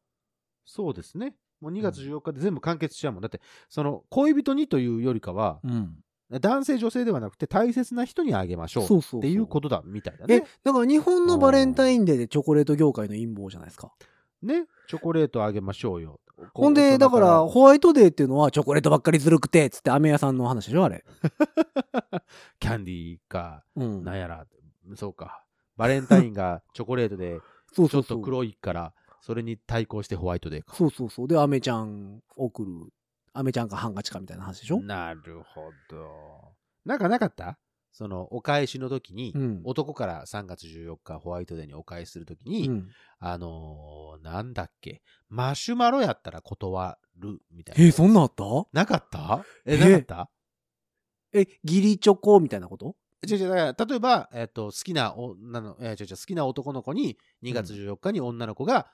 Speaker 3: そうですね。もう2月14日で全部完結しちゃうもん。だって、その、恋人にというよりかは、
Speaker 2: うん。
Speaker 3: 男性女性ではなくて大切な人にあげましょう
Speaker 2: そうそうそう
Speaker 3: っていうことだみたいな
Speaker 2: え
Speaker 3: ね。、
Speaker 2: だから日本のバレンタインデーでチョコレート業界の陰謀じゃないですか。
Speaker 3: ね。チョコレートあげましょうよ。
Speaker 2: ほん
Speaker 3: こ
Speaker 2: で、
Speaker 3: う
Speaker 2: だから、
Speaker 3: 大人
Speaker 2: ホワイトデーっていうのは、チョコレートばっかりずるくて、つって、飴屋さんの話でしょ、あれ。
Speaker 3: キャンディーか、
Speaker 2: うん。
Speaker 3: なんやら、そうか。バレンタイン
Speaker 2: *laughs*
Speaker 3: がチョコレートで
Speaker 2: そう
Speaker 3: ち
Speaker 2: そ
Speaker 3: ょ
Speaker 2: うそ
Speaker 3: っと
Speaker 2: う。
Speaker 3: 黒いから、それに対抗してホワイトデーか。
Speaker 2: そうそうそう。で、飴ちゃん送る。飴ちゃんかハンカチかみたいな話でしょ
Speaker 3: なるほど。なんかなかったその、お返しの時に、
Speaker 2: うん
Speaker 3: 男から3月14日ホワイトデーにお返しする時に、
Speaker 2: うん。
Speaker 3: あのーなんだっけ、マシュマロやったら断るみたいな。
Speaker 2: え、そんなんあった
Speaker 3: なかった
Speaker 2: え
Speaker 3: え、なかった
Speaker 2: え、義理チョコみたいなこと
Speaker 3: 違う違う、だから例えば、えっ、と、好きな女の、えー違う違う、好きな男の子に、2月14日に女の子が、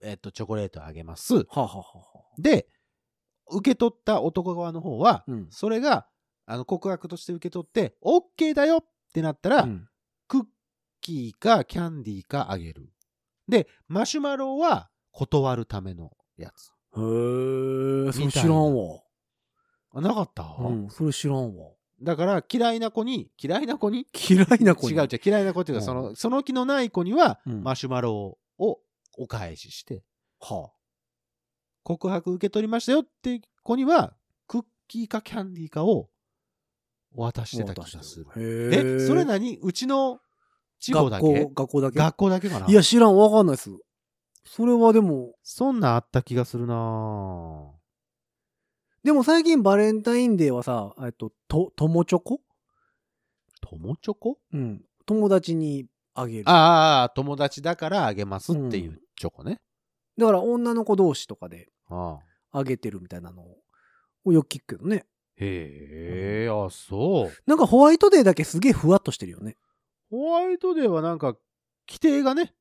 Speaker 3: えっ、と、チョコレートあげます。
Speaker 2: はあ、はあはあはあ、
Speaker 3: で、受け取った男側の方は、
Speaker 2: うん
Speaker 3: それが、あの、告白として受け取って、OK だよってなったら、
Speaker 2: うん
Speaker 3: クッキーかキャンディーかあげる。で、マシュマロは断るためのやつ。
Speaker 2: へえ、それ
Speaker 3: みた
Speaker 2: 知
Speaker 3: いな
Speaker 2: らんわ。
Speaker 3: あなかった、
Speaker 2: うん、それ知らんわ。
Speaker 3: だから、嫌いな子に、嫌いな子に
Speaker 2: 嫌いな子に。
Speaker 3: 違う違う、嫌いな子っていうか、
Speaker 2: うん
Speaker 3: その、その気のない子には、
Speaker 2: うん
Speaker 3: マシュマロをお返しして、
Speaker 2: は
Speaker 3: 告白受け取りましたよっていう子には、クッキーかキャンディーかをお渡ししてた気がする。
Speaker 2: る
Speaker 3: え、それ何うちの地方だ
Speaker 2: 学
Speaker 3: け
Speaker 2: 校、
Speaker 3: 学校
Speaker 2: 学校だけ
Speaker 3: だけかない
Speaker 2: や、知らん、わかんないっす。それはでも、
Speaker 3: そんなんあった気がするなぁ
Speaker 2: でも最近バレンタインデーはさ、えっと、と、友チョコ
Speaker 3: 友チョコ
Speaker 2: うん。友達にあげる。
Speaker 3: ああ、友達だからあげますっていうチョコね。
Speaker 2: だから女の子同士とかで
Speaker 3: ああ
Speaker 2: あげてるみたいなのをよく聞くけどね。
Speaker 3: へえ、あ、そう。
Speaker 2: なんかホワイトデーだけすげえふわっとしてるよね。 *laughs*
Speaker 3: ホワイトデーはなんか、規定がね、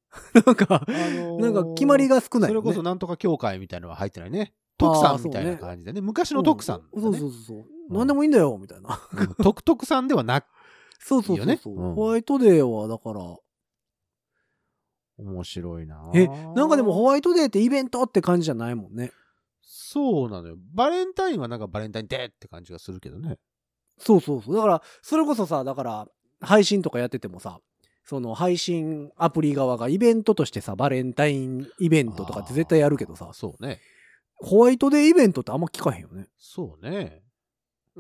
Speaker 2: なんか、
Speaker 3: あのー
Speaker 2: なんか決まりが少ない
Speaker 3: それ
Speaker 2: よね、
Speaker 3: こそなんとか協会みたいなのは入ってないね。徳さんみたいな感じでね。昔の徳さん、
Speaker 2: うんそうそううそうそう。何でもいいんだよ、みたいな。
Speaker 3: そう。徳徳さんではなく、
Speaker 2: *laughs* そうそう
Speaker 3: いいよ
Speaker 2: そう
Speaker 3: ね
Speaker 2: そう、
Speaker 3: うん
Speaker 2: ホワイトデーはだから、
Speaker 3: 面白いな
Speaker 2: え、なんかでもホ
Speaker 3: ワ
Speaker 2: ワイトデーってイベントって感じじゃないもんね。
Speaker 3: そうなのよ。バレンタインはなんかバレンタインデーって感じがするけどね。
Speaker 2: そうそうそう。だから、それこそさ、だから、配信とかやっててもさ、その配信アプリ側がイベントとしてさ、バレンタインイベントとかって絶対やるけどさ
Speaker 3: あー、そうね。
Speaker 2: ホワイトデーイベントってあんま聞かへんよね。
Speaker 3: そうね。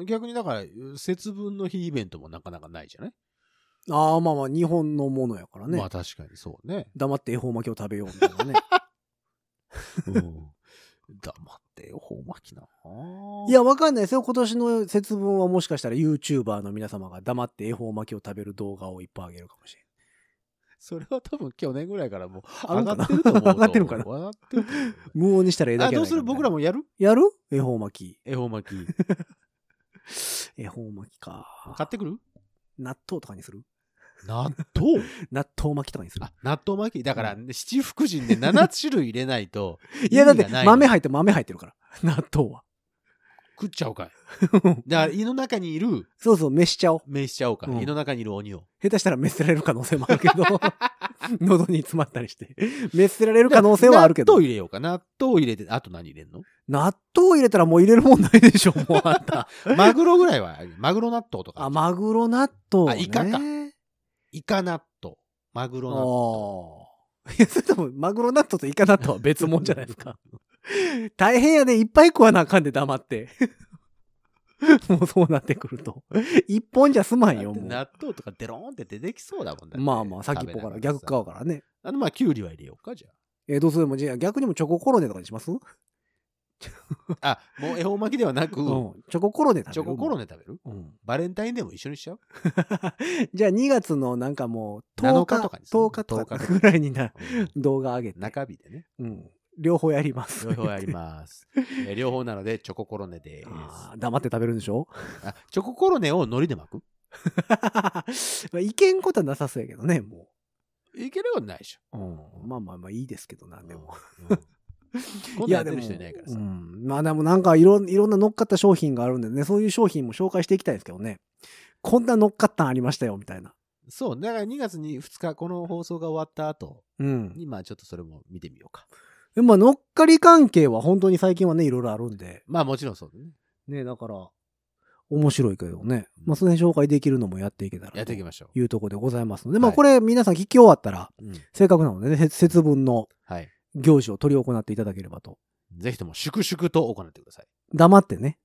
Speaker 3: 逆にだから、節分の日イベントもなかなかないじゃない、
Speaker 2: ああ、まあまあ、日本のものやからね。
Speaker 3: まあ確かにそうね。 *laughs*
Speaker 2: 黙って恵方巻きを食べようみたいなね。
Speaker 3: うん、黙って恵方巻きな。
Speaker 2: い、や、わかんないですよ。今年の節分はもしかしたら YouTuber の皆様が黙って恵方巻きを食べる動画をいっぱいあげるかもしれない。
Speaker 3: それは多分去年ぐらいからもう
Speaker 2: あ
Speaker 3: *laughs* 上
Speaker 2: るか
Speaker 3: が
Speaker 2: な
Speaker 3: ってると思う。
Speaker 2: 上がってるかな
Speaker 3: 上がってると思う
Speaker 2: 無音にしたらええだ
Speaker 3: あ、
Speaker 2: けやな
Speaker 3: どう
Speaker 2: い
Speaker 3: す
Speaker 2: か
Speaker 3: る
Speaker 2: みたい
Speaker 3: 僕
Speaker 2: な
Speaker 3: らもやる
Speaker 2: やる恵方巻
Speaker 3: 恵方巻き。
Speaker 2: き。恵方巻きか。
Speaker 3: 買ってくる
Speaker 2: 納豆とかにする
Speaker 3: 納豆
Speaker 2: 納豆巻きとかにする。
Speaker 3: あ、納豆巻きだから、七福神で7種類入れないと
Speaker 2: *laughs* いや、だって
Speaker 3: 意味がない
Speaker 2: 豆入って豆入ってるから。 *laughs* 納豆は。
Speaker 3: 食っち
Speaker 2: *laughs*
Speaker 3: ゃおうかい。だから胃の中にいる
Speaker 2: そうそう、飯しちゃおう。
Speaker 3: 飯しちゃおうかい。
Speaker 2: うん
Speaker 3: 胃の中にいる鬼を。
Speaker 2: 下手したら滅せられる可能性もあるけ
Speaker 3: *laughs*
Speaker 2: ど、喉に詰まったりして。滅せられる可能性はあるけ
Speaker 3: 納
Speaker 2: ど
Speaker 3: 豆。入れようか。納豆入れて、あと何入れんの
Speaker 2: 納豆入れたらもう入れるもんないでしょ、もうあん
Speaker 3: *laughs*
Speaker 2: た。
Speaker 3: マグロぐらいはある、マグロ納豆とか。
Speaker 2: あ、マグロ納豆、ね。
Speaker 3: あイカか
Speaker 2: あ
Speaker 3: イカ納豆。マグロ納豆。
Speaker 2: あ。いや、それとも、マグロ納豆とイカ納豆は別物じゃないです
Speaker 3: *laughs*
Speaker 2: か。大変やね。いっぱい食わなあかんで、黙って。 *laughs* もうそうなってくると。一本じゃ済まんよ、もう。
Speaker 3: 納豆とかデローンって出てきそうだもんだって
Speaker 2: まあまあ、先っぽから、逆側から。ね。
Speaker 3: あの、まあ、キュウリは入れようか、じゃ
Speaker 2: えー、どうするも、じゃあ逆にもチョココロネとかにします
Speaker 3: あ。あ、もう恵方巻きではなく、
Speaker 2: うんチョココロネ食べる
Speaker 3: チョココロネ食べる
Speaker 2: もううん。
Speaker 3: バレンタインでも一緒にしちゃう
Speaker 2: じゃあ2月のなんかもう10
Speaker 3: ?7
Speaker 2: 日
Speaker 3: 日
Speaker 2: と
Speaker 3: と
Speaker 2: か
Speaker 3: かにす
Speaker 2: 10日とかぐ
Speaker 3: る10
Speaker 2: らいにな
Speaker 3: うん
Speaker 2: 動画上げて、
Speaker 3: 中日でね。
Speaker 2: うん、両方やります。
Speaker 3: 両方やり *laughs* ます。えー両方なので、チョココロネです。
Speaker 2: あ
Speaker 3: あ
Speaker 2: ー黙って食べるんでしょ *laughs*
Speaker 3: チョココロネを海苔で巻く
Speaker 2: まあいけんことはなさそうやけどね、も
Speaker 3: いけるようにないでしょ。
Speaker 2: う。うん、まあまあまあいいですけどな、でも。
Speaker 3: うん。こんなんやってる人いないから
Speaker 2: う
Speaker 3: さ。
Speaker 2: ん、まあでもなんかいろいろんな乗っかった商品があるんでね、そういう商品も紹介していきたいですけどね。こんな乗っかったんありましたよ、みたいな。
Speaker 3: そう、だから2月に2日、この放送が終わった後
Speaker 2: うん。
Speaker 3: に、まあちょっとそれも見てみようか。
Speaker 2: でまあ乗っかり関係は本当に最近はね、いろいろあるんで。
Speaker 3: まあもちろんそうだね。
Speaker 2: ねだから、面白いけどね。まあ、その辺紹介できるのもやっていけたら。
Speaker 3: やっていきましょ
Speaker 2: と
Speaker 3: う。
Speaker 2: いうところでございますので、まあ、
Speaker 3: はい
Speaker 2: これ皆さん聞き終わったら、
Speaker 3: うん
Speaker 2: 正確なのでね、せ節分の
Speaker 3: はい。
Speaker 2: 行事を取り行っていただければと。
Speaker 3: ぜひとも粛々と行ってください。
Speaker 2: 黙ってね。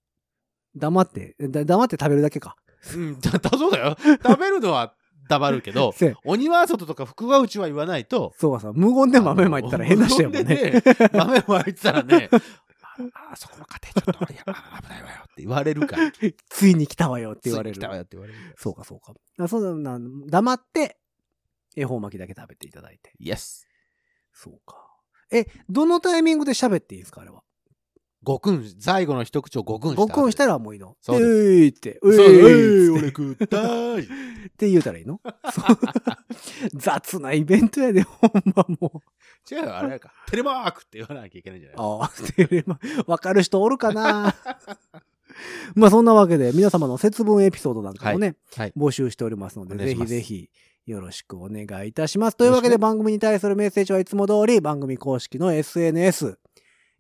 Speaker 2: 黙って、だ黙って食べるだけか。
Speaker 3: *laughs* うん、だだそうだよ。食べるのは黙るけど、
Speaker 2: せ
Speaker 3: 鬼は外とか福は内は言わないと、
Speaker 2: そうかさ、無言で豆まいったら変な人やもんね。
Speaker 3: 無言でね。 *laughs* 豆まいてたらね、ああそこの家庭ちょっと、いや、あ危ないわよって言われるから。って
Speaker 2: *laughs* ついに来たわよって言われ
Speaker 3: 来たわよ
Speaker 2: る。
Speaker 3: って言われる。
Speaker 2: そうか、そうか。あそうだな、黙って、恵方巻きだけ食べていただいて。
Speaker 3: イエス。
Speaker 2: そうか。え、どのタイミングで喋っていいんですか、あれは。
Speaker 3: ごくん、最後の一口をごくんした。
Speaker 2: ごっこんしたらもういいの。
Speaker 3: そうです
Speaker 2: えーいって。
Speaker 3: そう、
Speaker 2: え
Speaker 3: え
Speaker 2: ー
Speaker 3: ー、
Speaker 2: いっ
Speaker 3: 俺
Speaker 2: て
Speaker 3: 食ったーい。
Speaker 2: って言うたらいいのそう *laughs* 雑なイベントやで、ほんまもう。
Speaker 3: 違うよ、あれやか。テレマークって言わなきゃいけないん *laughs* じゃない
Speaker 2: ああ、テレマ、 *laughs* わかる人おるかな *laughs* まあそんなわけで、皆様の節分エピソードなんかもね、
Speaker 3: はい。
Speaker 2: 募集しておりますので、
Speaker 3: お願い
Speaker 2: ぜ
Speaker 3: しま
Speaker 2: ひ
Speaker 3: す
Speaker 2: ぜひよろしくお願いいたします。というわけで
Speaker 3: よろしく
Speaker 2: 番組に対するメッセージはいつも通り番組公式の SNS、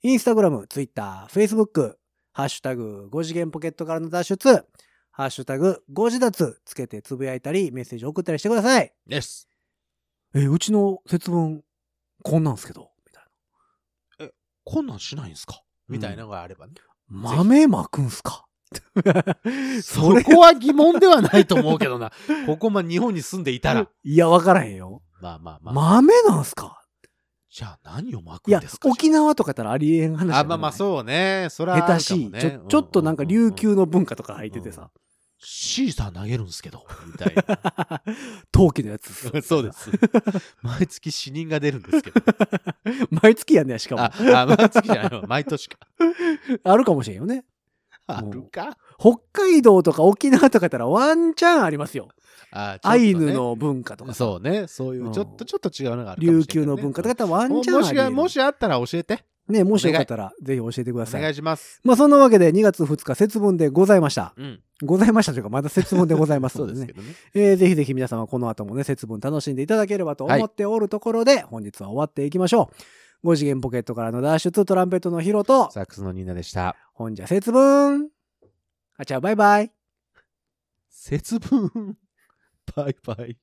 Speaker 2: インスタグラム、ツイッター、フェイスブック、ハッシュタグ5次元ポケットからの脱出、ハッシュタグ5次脱つけてつぶやいたりメッセージを送ったりしてください。
Speaker 3: イエス。
Speaker 2: え、うちの節分こんなんすけど、みたい
Speaker 3: こんなんしないんすかみたいなのがあればね。
Speaker 2: な。豆まくんすかそれ
Speaker 3: そこは疑問ではないと思うけどな。ここま、日本に住んでいたら。
Speaker 2: いや、わからへんよ。
Speaker 3: まあまあまあ。
Speaker 2: 豆なんすか
Speaker 3: じゃあ何を巻く
Speaker 2: い
Speaker 3: ん
Speaker 2: や
Speaker 3: です、か
Speaker 2: 沖縄とかやったらありえん話
Speaker 3: あ、まあまあ
Speaker 2: う。
Speaker 3: そうね。それはある
Speaker 2: 下
Speaker 3: かも
Speaker 2: 手しい、
Speaker 3: ね
Speaker 2: ちょ。ちょっとなんか琉。
Speaker 3: ううう
Speaker 2: 球の文化とか入ってて
Speaker 3: *laughs*
Speaker 2: さ。
Speaker 3: シーサー投げるんすけど、みたい
Speaker 2: *laughs*
Speaker 3: な。
Speaker 2: 陶器のやつっす
Speaker 3: そうで。す。 *laughs* 毎月死人が出るんです
Speaker 2: *laughs*
Speaker 3: けど。
Speaker 2: 毎月やんねや、しかも。
Speaker 3: あ、
Speaker 2: あ
Speaker 3: あ毎月じゃないわ。毎年か。
Speaker 2: るかもしれんよね。
Speaker 3: あるか。
Speaker 2: 北海道とか沖縄とかやったらワンチャンありますよ。
Speaker 3: あ
Speaker 2: アイヌ。の文化
Speaker 3: ち
Speaker 2: と
Speaker 3: ょっ
Speaker 2: か
Speaker 3: とね
Speaker 2: さ、
Speaker 3: そうね。そういうう、
Speaker 2: ん
Speaker 3: ちょっと、ちょっと違うのがあるかも
Speaker 2: 琉
Speaker 3: しれ
Speaker 2: 球
Speaker 3: ないね
Speaker 2: の文化とかやったらワン
Speaker 3: も
Speaker 2: チャン
Speaker 3: も
Speaker 2: あ
Speaker 3: し
Speaker 2: りえ
Speaker 3: が
Speaker 2: る。
Speaker 3: もしあったら教えて。
Speaker 2: ね、もしよかったらぜひ教えてく
Speaker 3: お
Speaker 2: ださい。
Speaker 3: 願いします。
Speaker 2: まあそんなわけで2月2日節分でございました。
Speaker 3: うん。
Speaker 2: ございましたというかまだ節分でございます
Speaker 3: そ
Speaker 2: ので
Speaker 3: うで
Speaker 2: ね
Speaker 3: すけ。どね。
Speaker 2: えーぜひぜひ皆様この後もね、節分楽しんでいただければと思っておるところで、本日は終わっていきましょう。5次元ポケットからの脱出トランペットのヒロと、
Speaker 3: サックスのニーナでした。
Speaker 2: 本じゃ節分あちゃうバイバイ。
Speaker 3: 節分。バイバイ。